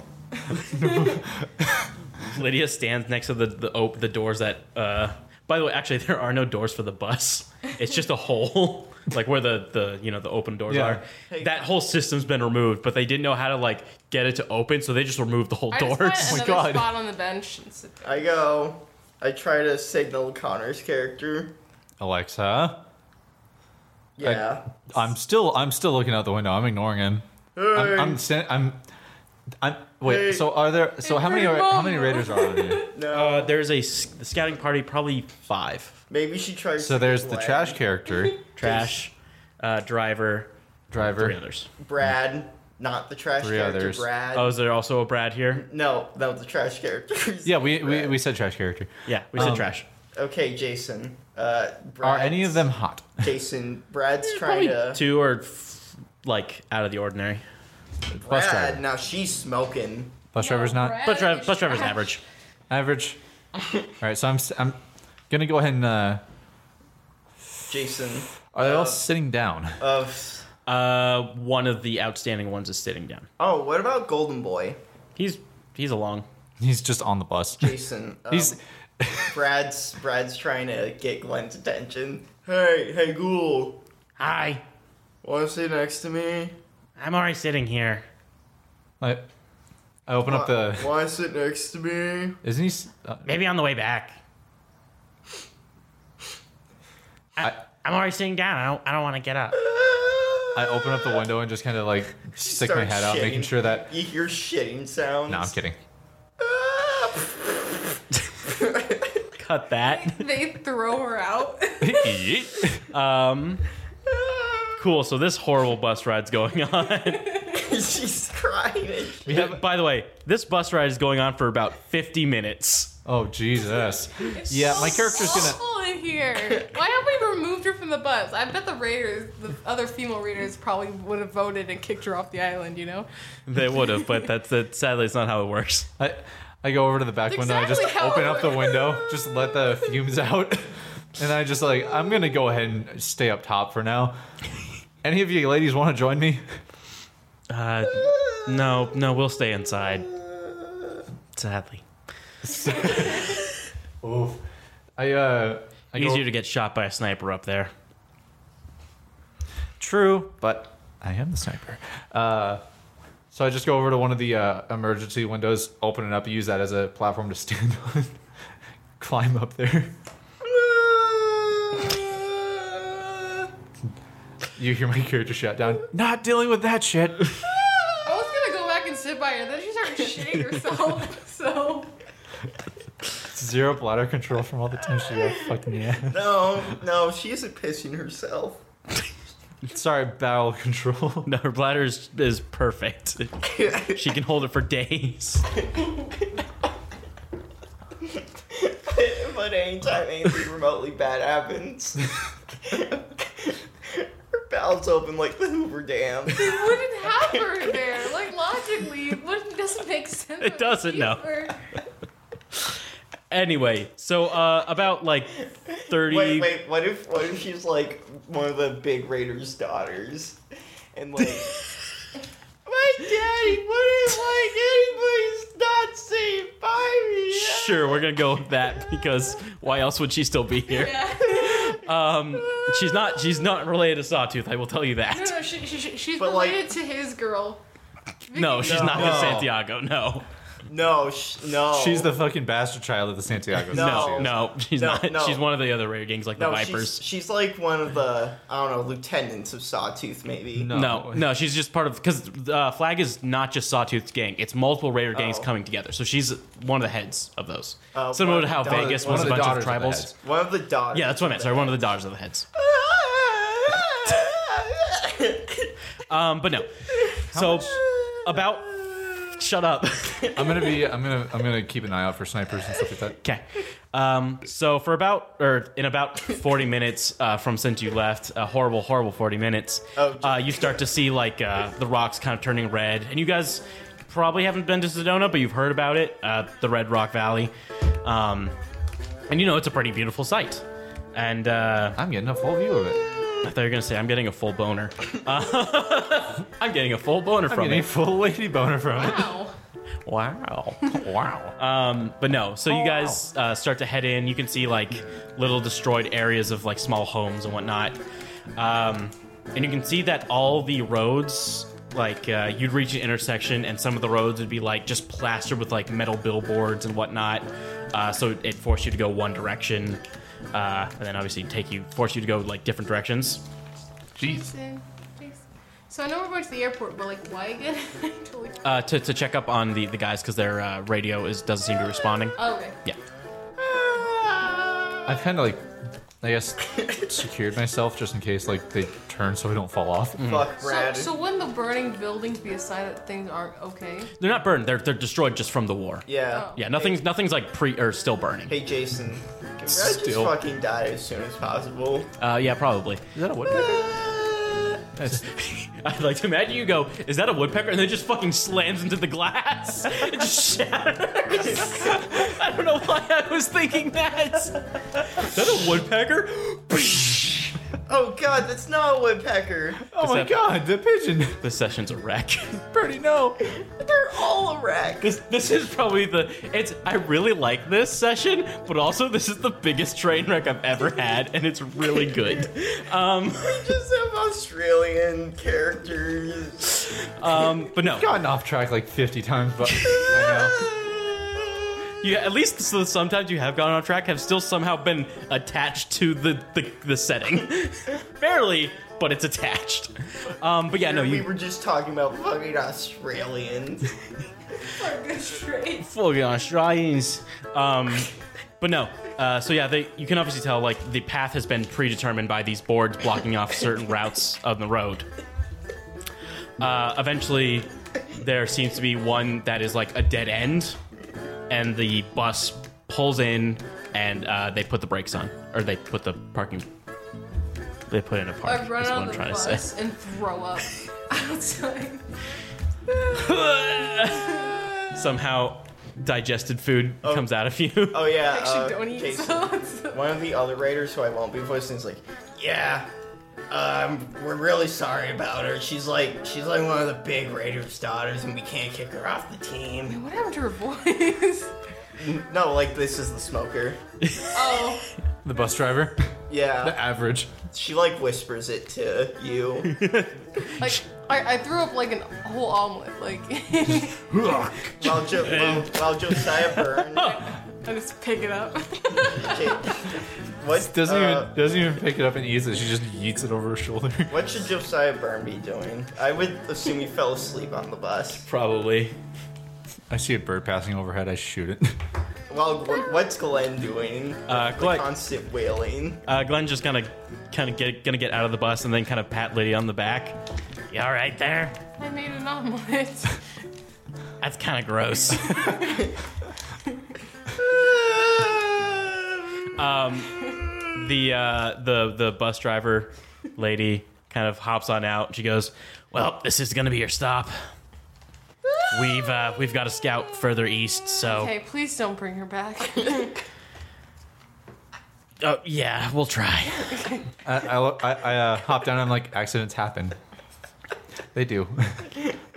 S2: Lydia stands next to the the, op- the doors that. Uh, by the way, actually, there are no doors for the bus. It's just a hole, like where the, the you know the open doors
S3: Yeah.
S2: are. That whole system's been removed, but they didn't know how to like get it to open, so they just removed the whole
S1: I
S2: doors.
S1: just find another spot on the bench and sit there.
S4: I go. I try to signal Connor's character.
S3: Alexa.
S4: Yeah.
S3: I, am still I'm still looking out the window. I'm ignoring him.
S4: Hey.
S3: I'm I'm, stand, I'm I'm wait.
S4: Hey.
S3: So are there? So how many are how many raiders are on you?
S4: No.
S2: Uh, there's a s- the scouting party, probably five.
S4: Maybe she tries.
S3: So
S4: to
S3: there's the
S4: blend.
S3: trash character,
S2: trash, uh, driver,
S3: driver,
S2: three others,
S4: Brad, not the trash
S3: three
S4: character.
S3: others. Oh.
S4: Brad.
S2: Oh, is there also a Brad here?
S4: No, that was the trash character.
S3: Yeah, we, we we said trash character.
S2: Yeah, we
S3: Um,
S2: said trash.
S4: okay, Jason. Uh,
S3: Are
S4: Brad.
S3: any of them hot?
S4: Jason, Brad's trying
S2: Probably
S4: to.
S2: two or f- like out of the ordinary.
S3: Bus
S4: Brad,
S3: driver.
S4: now she's smoking.
S3: Bus driver's not.
S1: Uh,
S2: Bus, driver, bus driver's average.
S3: Average. All right, so I'm s- I'm gonna go ahead and. Uh,
S4: Jason.
S3: are they all sitting down?
S4: Of.
S2: Uh, one of the outstanding ones is sitting down.
S4: Oh, what about Golden Boy?
S2: He's he's along.
S3: He's just on the bus.
S4: Jason. Um,
S3: He's-
S4: Brad's Brad's trying to get Glenn's attention. Hey, hey, ghoul.
S2: Hi,
S4: Want to sit next to me?
S2: I'm already sitting here.
S3: I, I open up the.
S4: Want to sit next to me?
S3: Isn't he? s- Uh,
S2: Maybe on the way back. I, I'm already sitting down. I don't I don't want to get up.
S3: I open up the window and just kind of like stick my
S4: Start
S3: head out, making
S4: shitting.
S3: sure that.
S4: You hear shitting sounds.
S3: No, I'm kidding.
S2: Cut that.
S1: They throw her out.
S2: um, cool. So this horrible bus ride's going on.
S4: She's crying. and shit.
S2: By the way, this bus ride is going on for about 50 minutes.
S3: Oh Jesus! Yeah, my character's
S1: It's
S3: gonna.
S1: awful in here. Why have we removed her from the bus? I bet the raiders, the other female raiders, probably would have voted and kicked her off the island. You know,
S2: They would have, but that's that. Sadly, it's not how it works.
S3: I, I go over to the back
S1: That's
S3: window. I just
S1: exactly how
S3: open
S1: it
S3: up the
S1: works.
S3: window, just let the fumes out, and I just like I'm gonna go ahead and stay up top for now. Any of you ladies want to join me?
S2: Uh, no, no, we'll stay inside. Sadly,
S3: Oof. I uh. I go-
S2: easier to get shot by a sniper up there.
S3: True, but I am the sniper. Uh, so I just go over to one of the uh, emergency windows, open it up, use that as a platform to stand on, climb up there. you hear my character shout down, not dealing with that shit.
S1: I was gonna go back and sit by her, then she started shitting herself. So
S3: Zero bladder control from all the time she got fucking yeah.
S4: No, no, she isn't pissing herself.
S3: Sorry, bowel control.
S2: No, her bladder is, is perfect. she can hold it for days.
S4: but anytime anything remotely bad happens, her bowels open like the Hoover Dam.
S1: they wouldn't have her there. Like logically, it wouldn't- doesn't make sense.
S2: It doesn't, no.
S1: Keep her.
S2: Anyway, so uh, about like 30.
S4: Wait, wait, what if what if she's like one of the big Raiders' daughters, and like. My daddy wouldn't like anybody's not saved by me.
S2: Sure, we're gonna go with that because why else would she still be here?
S1: Yeah.
S2: Um, she's not. She's not related to Sawtooth. I will tell you
S1: No,
S2: that.
S1: no, she, she, she, she's
S4: But, like-
S1: related to his girl.
S2: No, she's not
S3: No.
S2: his Santiago. No.
S4: No, sh- no.
S3: She's the fucking bastard child of the Santiago.
S4: No.
S3: Association.
S2: No, she's
S4: No,
S2: not.
S4: no.
S2: She's one of the other rare gangs, like
S4: no,
S2: the Vipers.
S4: she's, she's like one of the I don't know lieutenants of Sawtooth, maybe.
S2: No. no, she's just part of because uh, Flag is not just Sawtooth's gang; it's multiple Raider gangs
S4: Oh.
S2: coming together. So she's one of the heads of those.
S4: Uh,
S2: Similar
S4: one
S2: to
S4: of
S2: how
S4: the daughters-
S2: Vegas
S4: one
S2: was
S4: of
S2: a
S4: the
S2: bunch of
S4: daughters of the
S2: tribals.
S4: heads. One of the daughters.
S2: Yeah, that's what I meant. Sorry, one of the daughters of the heads. um, but no. so about shut up.
S3: I'm gonna be. I'm gonna. I'm gonna keep an eye out for snipers and stuff like that.
S2: Okay. Um, so for about or in about 40 minutes uh, from since you left, a horrible, horrible 40 minutes. uh, you start to see like uh, the rocks kind of turning red, and you guys probably haven't been to Sedona, but you've heard about it, uh, the Red Rock Valley, um, and you know it's a pretty beautiful sight. And uh,
S3: I'm getting a full view of it.
S2: I thought you were gonna say I'm getting a full boner. Uh, I'm getting a full boner
S3: I'm
S2: from
S3: getting
S2: it.
S3: a full lady boner from it.
S2: Wow. wow. Um, but no, so you guys uh, start to head in. You can see like little destroyed areas of like small homes and whatnot. Um, and you can see that all the roads, like uh, you'd reach an intersection and some of the roads would be like just plastered with like metal billboards and whatnot. Uh, so it forced you to go one direction. Uh, and then obviously take you, force you to go like different directions. Jeez.
S1: So I know we're going to the airport, but like, why again? I totally forgot.
S2: Uh, to, to check up on the, the guys because their uh, radio is doesn't seem to be responding.
S1: Oh, okay.
S2: Yeah.
S3: I've kind of like, I guess, secured myself just in case like they turn so I don't fall off.
S4: Fuck
S1: So, so wouldn't the burning buildings be a sign that things aren't okay?
S2: They're not burned. They're they're destroyed just from the war.
S1: Oh.
S4: Yeah.
S2: Yeah. Nothing's nothing's like pre or still burning.
S4: Hey Jason, can Reg just
S2: Still.
S4: fucking die as soon as possible?
S2: Uh, yeah, probably. Is that a woodpecker? I'd like to imagine you go. Is that a woodpecker? And then it just fucking slams into the glass. it just shatters. I don't know why I was thinking that. Is that a woodpecker?
S4: Oh god, that's not a woodpecker.
S2: Oh
S4: my
S2: god, the pigeon. This session's a wreck.
S4: Pretty no. They're all a wreck.
S2: This this is probably the it's I really like this session, but also this is the biggest train wreck I've ever had, and it's really good. Um,
S4: We just have Australian characters.
S2: um, but no,
S3: gotten off track like 50 times, but
S2: you at least so sometimes you have gone off track, have still somehow been attached to the the, the setting, barely, but it's attached. Um, but yeah, no,
S4: we
S2: you
S4: were just talking about fucking Australians.
S2: fucking Australians. Um, but no. Uh, so yeah, they, you can obviously tell like the path has been predetermined by these boards blocking off certain routes of the road. Uh, eventually, there seems to be one that is like a dead end, and the bus pulls in, and uh, they put the brakes on, or they put the parking. They put in a park.
S1: I run
S2: is what
S1: out
S2: I'm
S1: of the
S2: trying
S1: bus
S2: to say.
S1: and throw up outside.
S2: Somehow, digested food comes out of you.
S4: Oh yeah.
S1: Actually,
S4: uh,
S1: don't eat
S4: Jason,
S1: salads.
S4: One of the other raiders who I won't be voicing is like, yeah, um, we're really sorry about her. She's like, she's like one of the big raiders' daughters, and we can't kick her off the team.
S1: What happened to her voice?
S4: N- No, like this is the smoker.
S1: Oh,
S3: the bus driver,
S4: Yeah.
S3: the average.
S4: She like whispers it to you.
S1: like I, I threw up like an whole omelet, like
S4: while, jo- while, while Josiah Byrne,
S1: I just pick it up.
S4: what
S3: Doesn't
S4: uh,
S3: even doesn't even pick it up and eats it. She just yeets it over her shoulder.
S4: What should Josiah Byrne be doing? I would assume he fell asleep on the bus.
S2: Probably.
S3: I see a bird passing overhead. I shoot it.
S4: Well, wh- what's Glenn doing?
S2: Uh,
S4: the
S2: Glenn-
S4: constant wailing.
S2: Uh, Glenn just kind of, kind of get, gonna get out of the bus and then kind of pat Lydia on the back. You all right there?
S1: I made an omelet.
S2: That's kind of gross. um, the uh, the the bus driver lady kind of hops on out. She goes, "Well, this is gonna be your stop. We've uh, we've got a scout further east, so
S1: Okay, please don't bring her back.
S2: oh yeah, we'll try."
S3: I I, lo- I, I uh, hop down. and I'm like, accidents happen. They do.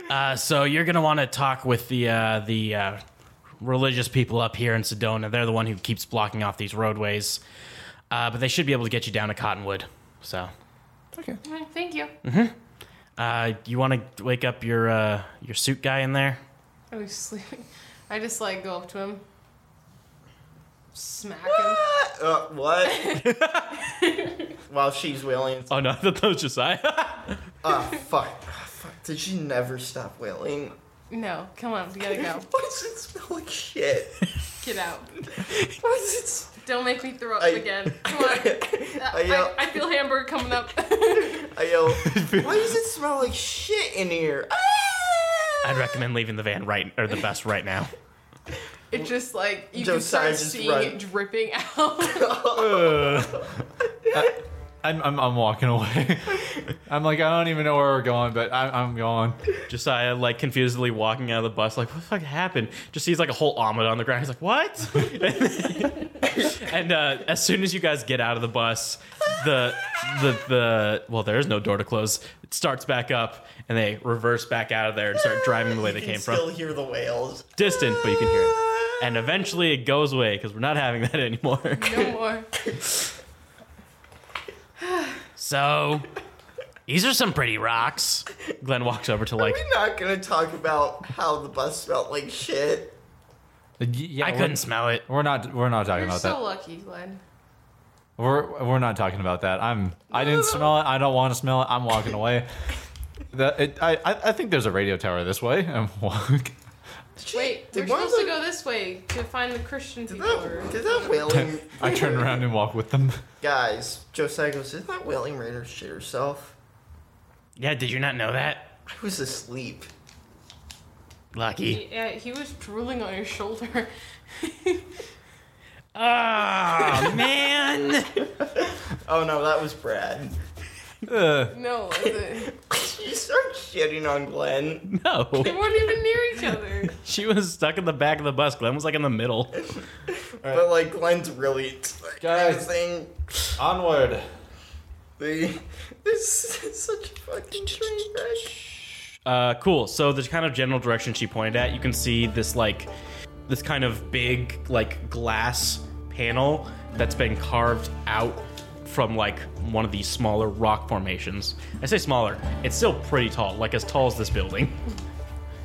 S2: Uh, so you're gonna want to talk with the uh, the uh, religious people up here in Sedona. They're the one who keeps blocking off these roadways, uh, but they should be able to get you down to Cottonwood. So
S1: Mm, Thank you.
S2: uh, you want to wake up your uh, your suit guy in there?
S1: I was Oh, sleeping. I I just like go up to him, smack him.
S4: Uh, what? While she's wailing.
S2: Oh no, I thought that was Josiah.
S4: Ah, fuck. Ah, fuck. Did she never stop wailing?
S1: No, come on, we gotta go.
S4: Why does it smell like shit?
S1: Get out.
S4: Why does
S1: Don't make me throw up
S4: I-
S1: again. Come on. Uh, I,
S4: yell-
S1: I, I feel hamburger coming up.
S4: it? I yell. Why does it smell like shit in here? Ah!
S2: I'd recommend leaving the van right or the bus right now.
S1: It's just like you
S4: Joe
S1: can start
S4: Sire just
S1: seeing
S4: run.
S1: it dripping out.
S3: I'm, I'm, I'm walking away. I'm like, I don't even know where we're going, but I'm, I'm going.
S2: Josiah, uh, like, confusedly walking out of the bus, like, what the fuck happened? Just sees, like, a whole omelet on the ground. He's like, what? and uh, as soon as you guys get out of the bus, the, the, the, well, there is no door to close. It starts back up, and they reverse back out of there and start driving the way they
S4: You can
S2: came from.
S4: still hear the wails. Ah!
S2: Distant, but you can hear it. And eventually it goes away because we're not having that anymore.
S1: no more.
S2: So, these are some pretty rocks. Glenn walks over to, like,
S4: We're not gonna talk about how the bus smelled like shit.
S3: Yeah,
S2: I
S3: we're-
S2: couldn't smell it.
S3: We're not we're not talking
S1: You're
S3: about
S1: so
S3: that.
S1: lucky, Glenn.
S3: We're we're not talking about that. I'm I didn't smell it. I don't want to smell it. I'm walking away. That it, I I I think there's a radio tower this way. I'm walk.
S1: Wait,
S4: did
S1: we're
S4: one of
S1: supposed to go this way to find the Christian people. or-
S4: Did that wailing?
S3: I turn around and walk with them.
S4: Guys, Josiah goes, Isn't that wailing Raider shit herself?
S2: yeah, did you not know that?
S4: I was asleep.
S2: Lucky.
S1: Yeah, he was drooling on your shoulder.
S2: Ah, man.
S4: Oh no, that was Brad.
S1: No, it
S4: You start shitting on Glenn.
S2: No.
S1: they weren't even near each other.
S2: She was stuck in the back of the bus. Glenn was like in the middle.
S4: But like Glenn's really like,
S3: Guys.
S4: thing.
S3: Onward.
S4: They, this is such a fucking train wreck.
S2: Uh, cool. So the kind of general direction she pointed at, you can see this like this kind of big like glass panel that's been carved out from like one of these smaller rock formations. I say smaller. It's still pretty tall, like as tall as this building.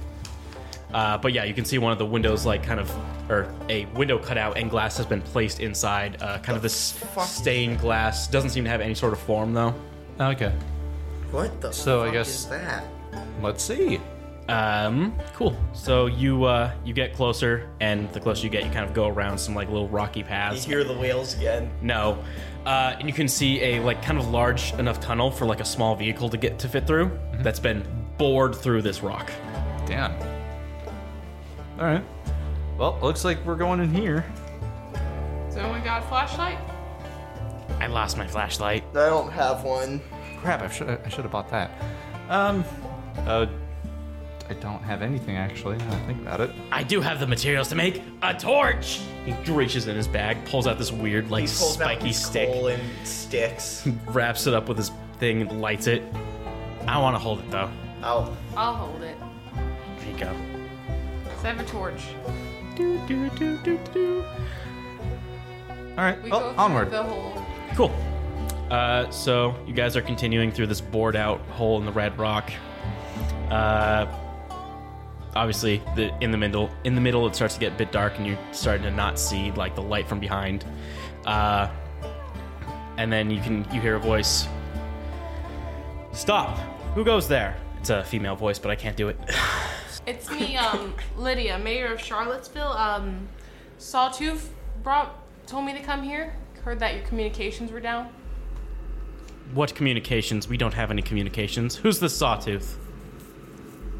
S2: Uh, but yeah, you can see one of the windows, like kind of, or a window cutout and glass has been placed inside. Uh, kind of this stained glass. Doesn't seem to have any sort of form though.
S3: Okay.
S4: What the
S3: So
S4: fuck
S3: I guess
S4: is that?
S3: let's see.
S2: Um, cool. So you uh, you get closer, and the closer you get, you kind of go around some like little rocky
S4: You
S2: paths.
S4: hear the wails again.
S2: No, uh, and you can see a like kind of large enough tunnel for like a small vehicle to get to fit through. That's been bored through this rock.
S3: Damn. All right. Well, looks like we're going in here.
S1: So oh my god, flashlight?
S2: I lost my flashlight.
S4: I don't have one.
S3: Crap! I should I should have bought that. Um. Uh. I don't have anything actually. Now that I think about it.
S2: I do have the materials to make a torch. He reaches in his bag, pulls out this weird like
S4: He pulls out
S2: spiky
S4: his
S2: stick,
S4: coal and sticks.
S2: wraps it up with his thing, and lights it. I want to hold it though.
S4: Ow.
S1: I'll hold it.
S2: There you go.
S1: Does I have a torch?
S2: Do, do, do, do, do.
S3: All right.
S1: We go
S3: well,
S1: through
S3: Oh, onward.
S1: the whole
S2: Cool. Uh, so you guys are continuing through this bored out hole in the red rock. Uh, obviously, the in the middle in the middle it starts to get a bit dark, and you're starting to not see like the light from behind. Uh, and then you can you hear a voice. Stop! Who goes there? It's a female voice, but I can't do it.
S1: It's me, um, Lydia, mayor of Charlottesville. Um, Sawtooth brought told me to come here. Heard that your communications were down.
S2: what communications? We don't have any communications. Who's the sawtooth?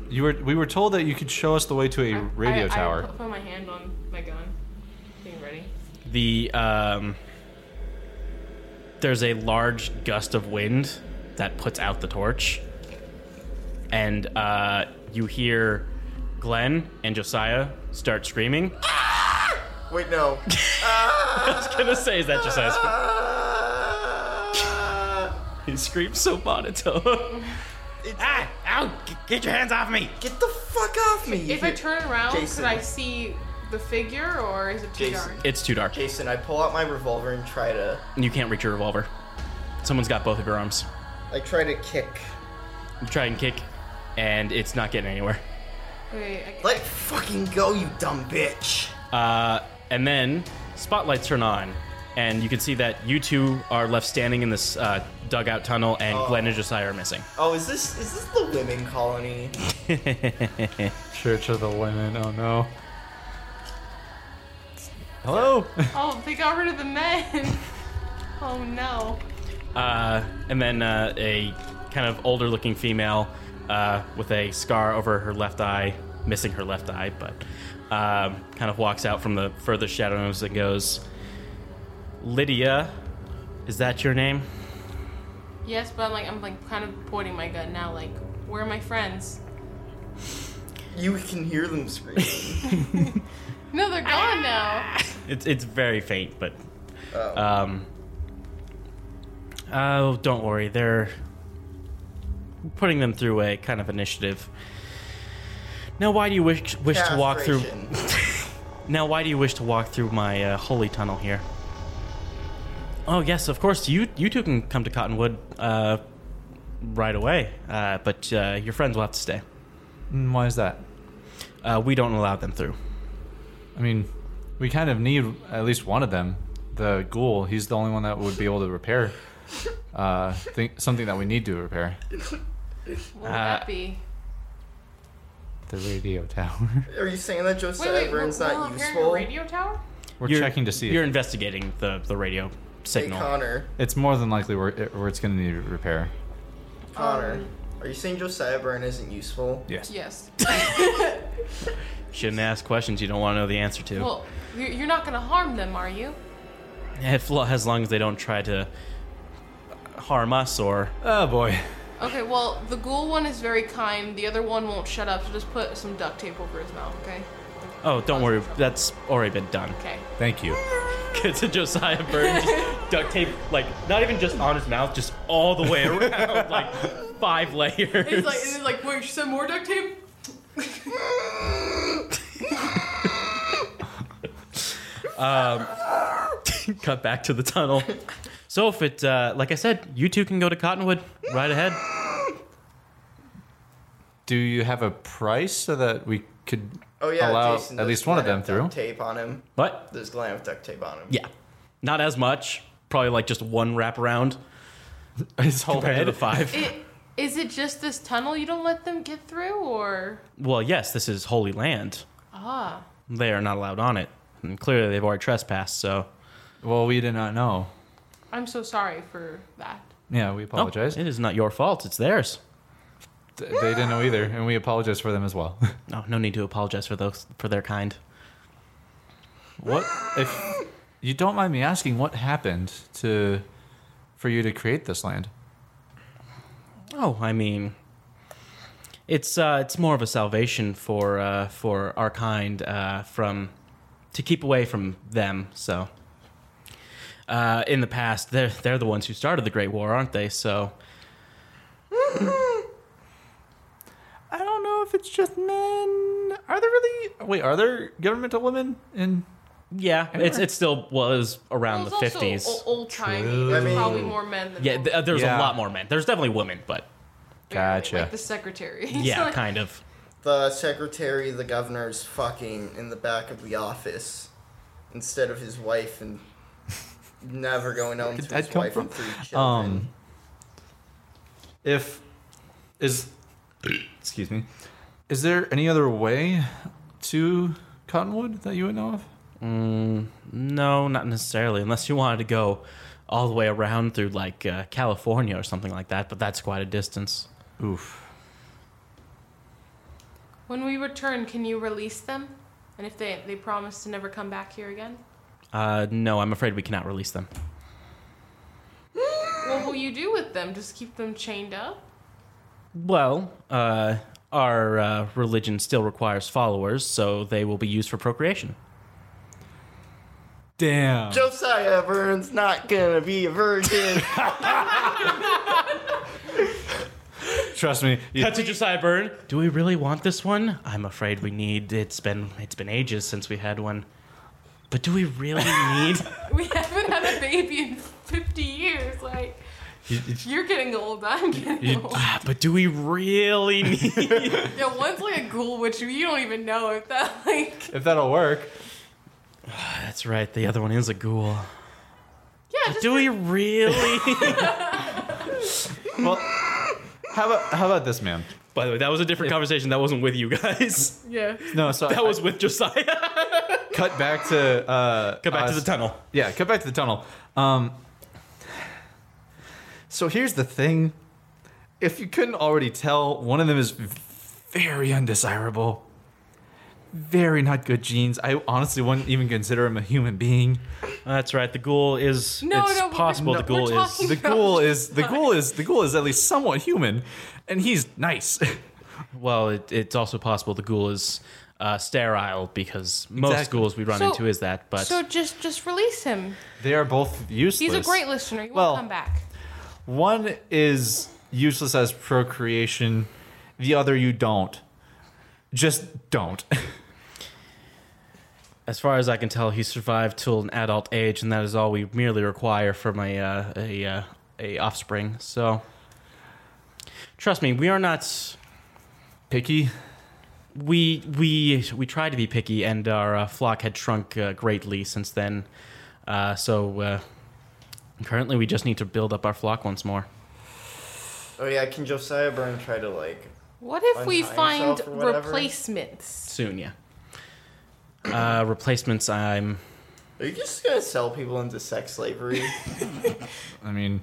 S3: You were we were told that you could show us the way to a radio
S1: I,
S3: tower.
S1: I put, put my hand on my gun, getting ready.
S2: the um, there's a large gust of wind that puts out the torch, and uh, you hear Glenn and Josiah start screaming.
S4: Wait, no.
S2: I was gonna say, is that Josiah? Scream?
S4: Ah!
S2: He screams so monotone. ah! Ow! G- Get your hands off me!
S4: Get the fuck off me!
S1: If I turn around,
S4: Jason.
S1: could I see the figure, or is it too
S4: Jason.
S1: dark?
S2: It's too dark.
S4: Jason, I pull out my revolver and try to.
S2: You can't reach your revolver. Someone's got both of your arms.
S4: I try to kick.
S2: You try and kick, and it's not getting anywhere.
S1: Wait, I
S4: Let fucking go, you dumb bitch.
S2: Uh, and then spotlights turn on, and you can see that you two are left standing in this uh, dugout tunnel, and
S4: Oh.
S2: Glenn and Josiah are missing.
S4: Oh, is this is this the women colony?
S3: Church of the Women. Oh no. Hello.
S1: Oh, they got rid of the men. oh no.
S2: Uh, and then uh, a kind of older looking female uh, with a scar over her left eye, missing her left eye, but um, kind of walks out from the furthest shadows and goes, Lydia, is that your name?
S1: Yes, but I'm like I'm like kind of pointing my gun now. Like, where are my friends?
S4: You can hear them screaming.
S1: No, they're gone
S4: Ah!
S1: now.
S2: It's, it's very faint, but. Um, oh, don't worry. They're putting them through a kind of initiative. Now, why do you wish, wish to walk through. Now, why do you wish to walk through my uh, holy tunnel here? Oh yes, of course. You you two can come to Cottonwood uh, right away, uh, but uh, your friends will have to stay.
S3: Mm, Why is that?
S2: Uh, we don't allow them through.
S3: I mean, we kind of need at least one of them. The ghoul. He's the only one that would be able to repair uh, th- something that we need to repair.
S1: What would
S3: Uh,
S1: that be?
S3: The radio tower.
S4: Are you saying that Josiah
S1: wait,
S4: Vern's
S1: we're-
S4: not
S1: we're repairing a
S4: useful?
S1: radio tower?
S3: We're
S2: You're-
S3: checking to see.
S2: You're investigating the the radio signal.
S4: Connor.
S3: It's more than likely where, it- where it's going to need repair.
S4: Connor, are you saying Josiah Byrne isn't useful?
S3: Yes.
S1: Um, Yes.
S2: Shouldn't ask questions you don't want to know the answer to.
S1: Well, you're you're not gonna harm them, are you?
S2: if, as long as they don't try to harm us or.
S3: Oh boy.
S1: Okay. Well, the ghoul one is very kind. The other one won't shut up. So just put some duct tape over his mouth. Okay.
S2: Oh, don't worry. That's already been done.
S1: Okay.
S3: Thank you.
S2: Gets a Josiah Burns just duct tape, like not even just on his mouth, just all the way around, like five layers.
S1: It's like and it's like wait, you said more duct tape?
S2: Um, cut back to the tunnel. So if it, uh, like I said, you two can go to Cottonwood right ahead.
S3: Do you have a price so that we could
S4: Oh yeah,
S3: allow
S4: Jason
S3: at
S4: does
S3: least one of them
S4: Glenn have
S3: through?
S4: Duct tape on him.
S2: What?
S4: There's Glenn with duct tape on him.
S2: Yeah, not as much. Probably like just one wraparound.
S3: His whole
S2: compared to the five.
S1: It, is it just this tunnel you don't let them get through, or
S2: Well, yes, this is holy land.
S1: ah?
S2: They are not allowed on it, and clearly they've already trespassed. So,
S3: well, we did not know.
S1: I'm so sorry for that.
S3: Yeah, we apologize.
S2: Oh, it is not your fault. It's theirs.
S3: Th- They didn't know either, and we apologize for them as well.
S2: Oh, No, no need to apologize for those for their kind.
S3: what if you don't mind me asking? What happened to for you to create this land?
S2: Oh, I mean, it's uh, it's more of a salvation for uh, for our kind uh, from to keep away from them. So, uh, in the past, they're they're the ones who started the Great War, aren't they? So,
S3: I don't know if it's just men. Are there really? Wait, are there governmental women in?
S2: yeah, it's it's still well, it was around
S1: Well,
S2: the
S1: it's also
S2: fifties.
S1: o- old timey.
S3: True.
S1: There's
S3: I mean-
S1: probably more men than
S2: Yeah,
S1: women,
S2: th- uh, there's
S3: Yeah.
S2: a lot more men. There's definitely women, but
S3: Gotcha.
S1: like the secretary.
S2: yeah, kind of.
S4: The secretary, the governor's fucking in the back of the office instead of his wife and never going home to
S3: that
S4: his
S3: come
S4: wife
S3: from?
S4: and three children.
S3: Um, if is excuse me, is there any other way to Cottonwood that you would know of?
S2: No, not necessarily, unless you wanted to go all the way around through like uh, California or something like that. But that's quite a distance.
S3: Oof.
S1: When we return, can you release them? And if they they promise to never come back here again,
S2: Uh, no, I'm afraid we cannot release them.
S1: what will you do with them? Just keep them chained up?
S2: Well, uh, our uh, religion still requires followers, so they will be used for procreation.
S3: Damn.
S4: Josiah Byrne's not gonna be a virgin.
S3: Trust me. you-
S2: Cut to Josiah Byrne. Do we really want this one? I'm afraid we need. It's been it's been ages since we had one. But do we really need?
S1: We haven't had a baby in 50 years. Like, You're getting old. I'm getting old.
S2: Ah, but do we really need?
S1: Yeah, one's like a ghoul witch. You don't even know if that like.
S2: if that'll work. That's right. The other one is a ghoul.
S1: Yeah.
S2: Do we really?
S3: well, how about how about this man?
S2: By the way, that was a different conversation. That wasn't with you guys.
S1: Yeah.
S3: No, so
S2: that
S3: I-
S2: was with Josiah.
S3: cut back to uh,
S2: Cut back to
S3: us-
S2: the tunnel.
S3: Yeah, cut back to the tunnel. Um, so here's the thing: if you couldn't already tell, one of them is very undesirable, very not good genes. I honestly wouldn't even consider him a human being.
S2: That's right. The ghoul is.
S1: No, it's no, but we're- possible the we're ghoul is- talking
S3: the
S1: about-
S3: ghoul is the ghoul is the ghoul is at least somewhat human, and he's nice.
S2: Well, it, it's also possible the ghoul is uh, sterile because most
S3: Exactly.
S2: ghouls we run
S1: So-
S2: into is that. But
S1: So just just release him.
S3: They are both useless.
S1: He's a great listener. You
S3: Well-
S1: will come back.
S3: One is useless as procreation, the other you don't. Just don't.
S2: as far as I can tell, he survived till an adult age, and that is all we merely require from a uh, a uh, a offspring. So, trust me, we are not
S3: picky.
S2: We we we tried to be picky, and our uh, flock had shrunk uh, greatly since then. Uh, so, uh, currently, we just need to build up our flock once more.
S4: Oh yeah, can Josiah Byrne try to like?
S1: What if we
S4: untie
S1: find
S4: himself or whatever?
S1: replacements?
S2: soon, yeah. Uh, replacements, I'm.
S4: Are you just gonna sell people into sex slavery?
S3: I mean,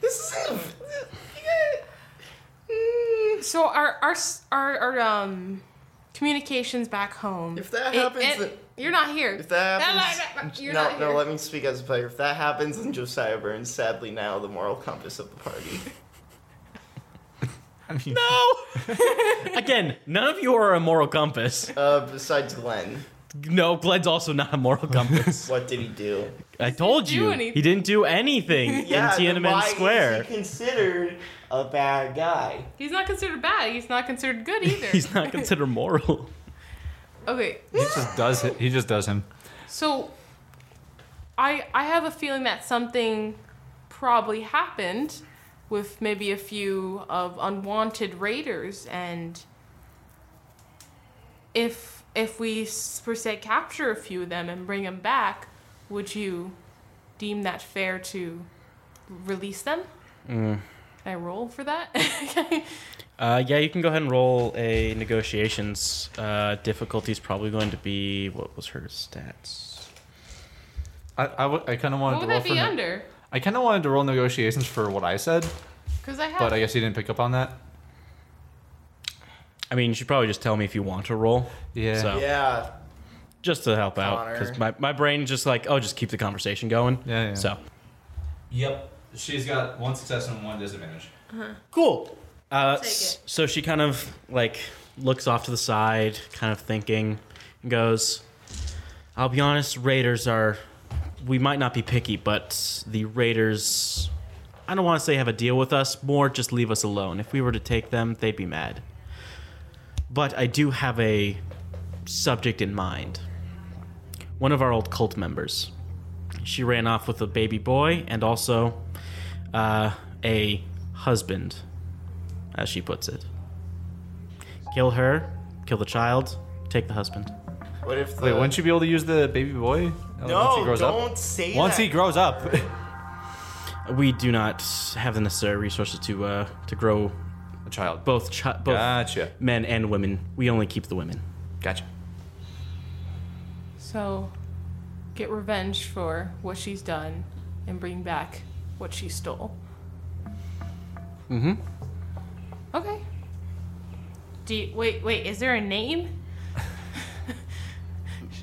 S4: this is a,
S1: Mm, So our our s- our, our um communications back home. If
S4: that happens, then-
S1: you're not here. If
S4: that
S1: no, no,
S4: happens.
S1: you're
S4: no,
S1: not
S4: no.
S1: here.
S4: Let me speak as a player. If that happens, then Josiah Byrne's sadly now the moral compass of the party.
S2: No! Again, none of you are a moral compass.
S4: Uh, besides Glenn.
S2: No, Glen's also not a moral compass.
S4: what did he do?
S2: I told
S4: do
S2: you.
S4: anything.
S2: He didn't do anything
S4: yeah,
S2: in
S4: then
S2: Tiananmen
S4: why
S2: Square.
S4: Is he considered a bad guy.
S1: He's not considered bad. He's not considered good either.
S2: He's not considered moral.
S1: okay,
S3: he just does it. He just does him.
S1: so I I have a feeling that something probably happened with maybe a few of unwanted raiders and if if we s- per se capture a few of them and bring them back, would you deem that fair to release them?
S2: Mm.
S1: Can I roll for that?
S2: Uh, yeah, you can go ahead and roll a negotiations. Uh, difficulty's probably going to be what was her stats?
S3: I, I, w- I kind of wanted to roll
S1: what would that
S3: for
S1: be
S3: ne-
S1: under?
S3: I kind of wanted to roll negotiations for what I said,
S1: Because I have.
S3: but I guess he didn't pick up on that.
S2: I mean, you should probably just tell me if you want to roll.
S3: Yeah.
S2: So,
S4: Yeah.
S2: Just to help out, because
S3: Connor.
S2: my, my brain just like, oh, just keep the conversation going. Yeah. yeah. So,
S3: Yep. She's got one success and one disadvantage.
S2: Cool. Uh, s- so she kind of like looks off to the side, kind of thinking, and goes, "I'll be honest, Raiders are. We might not be picky, but the Raiders. I don't want to say have a deal with us. More just leave us alone. If we were to take them, they'd be mad. But I do have a subject in mind. One of our old cult members. She ran off with a baby boy and also uh, a husband, as she puts it. Kill her, kill the child, take the husband.
S4: What if the
S3: Wait, wouldn't you be able to use the baby boy? uh,
S4: No,
S3: once he grows up?
S4: don't say
S3: Once
S4: that.
S3: he grows up.
S2: We do not have the necessary resources to uh, to grow
S3: a child.
S2: Both chi- both men and women. We only keep the women.
S3: Gotcha.
S1: So, get revenge for what she's done and bring back what she stole.
S2: Mm-hmm.
S1: Okay. Do you, wait, wait, is there a name?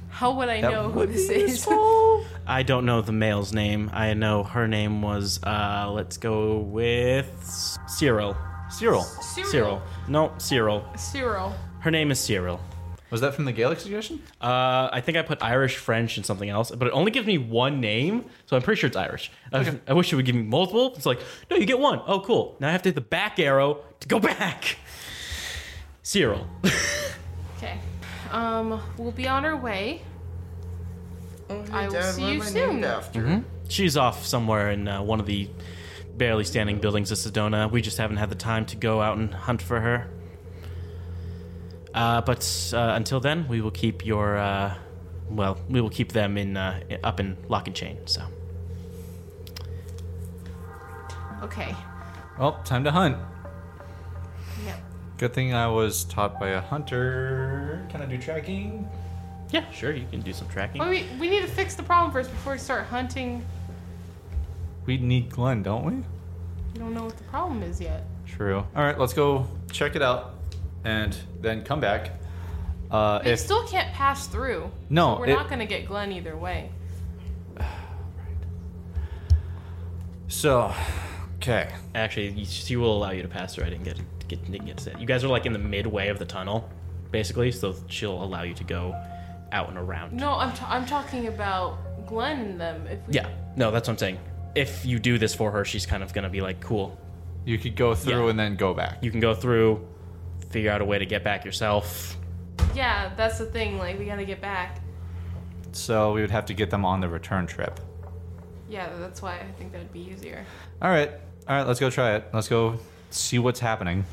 S1: How would I
S2: That
S1: know who
S2: would be
S1: this is?
S2: I don't know the male's name. I know her name was. Uh, let's go with Cyril. Cyril.
S1: Cyril.
S2: Cyril. No, Cyril.
S1: Cyril.
S2: Her name is Cyril.
S3: Was that from the Gaelic suggestion?
S2: Uh, I think I put Irish, French, and something else, but it only gives me one name, so I'm pretty sure it's Irish. I, I wish it would give me multiple. It's like, no, you get one. Oh, cool. Now I have to hit the back arrow to go back. Cyril.
S1: Okay. Um, we'll be on our way. I will
S4: Dad, what
S1: see you
S4: am I named
S1: soon.
S4: after?
S2: She's off somewhere in uh, one of the barely standing buildings of Sedona. We just haven't had the time to go out and hunt for her. Uh, but uh, until then, we will keep your, uh, well, we will keep them in uh, up in lock and chain. So
S1: Okay.
S3: Well, time to hunt.
S1: Yep.
S3: Good thing I was taught by a hunter. Can I do tracking?
S2: Yeah, sure. You can do some tracking.
S1: Well, we, we need to fix the problem first before we start hunting.
S3: We need Glenn, don't we?
S1: We don't know what the problem is yet.
S3: True. All right, let's go check it out, and then come back. Uh,
S1: We
S3: if
S1: still can't pass through.
S3: No,
S1: so we're
S3: it-
S1: not gonna get Glenn either way.
S3: so, okay.
S2: Actually, she will allow you to pass through. I didn't get get didn't get set. You guys are like in the midway of the tunnel, basically. So she'll allow you to go out and around.
S1: No, I'm t- I'm talking about Glenn and them. If we
S2: Yeah. No, that's what I'm saying. If you do this for her, she's kind of gonna be like, cool.
S3: You could go through and then go back.
S2: You can go through, figure out a way to get back yourself.
S1: yeah, that's the thing. Like we gotta get back.
S3: so we would have to get them on the return trip.
S1: Yeah, that's why I think that'd be easier.
S3: All right, all right. Let's go try it. Let's go see what's happening.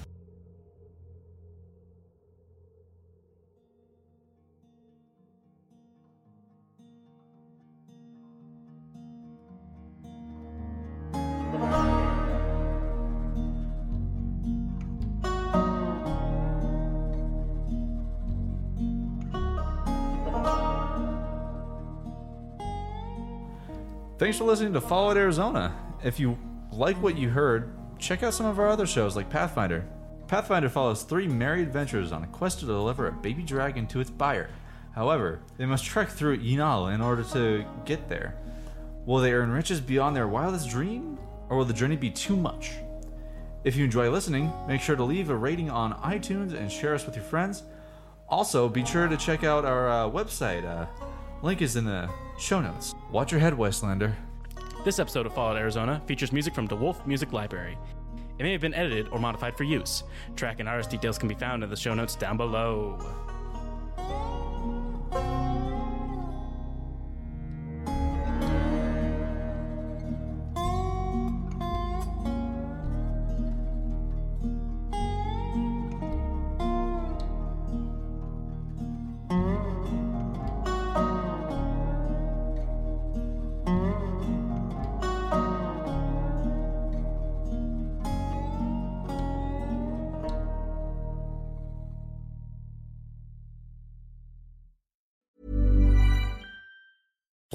S3: Thanks for listening to Fallout Arizona. If you like what you heard, check out some of our other shows like Pathfinder. Pathfinder follows three merry adventurers on a quest to deliver a baby dragon to its buyer. However, they must trek through Enal in order to get there. Will they earn riches beyond their wildest dream, or will the journey be too much? If you enjoy listening, make sure to leave a rating on iTunes and share us with your friends. Also, be sure to check out our uh, website. Uh, link is in the show notes. Watch your head, Westlander.
S2: This episode of Fallout Arizona features music from DeWolf Music Library. It may have been edited or modified for use. Track and artist details can be found in the show notes down below.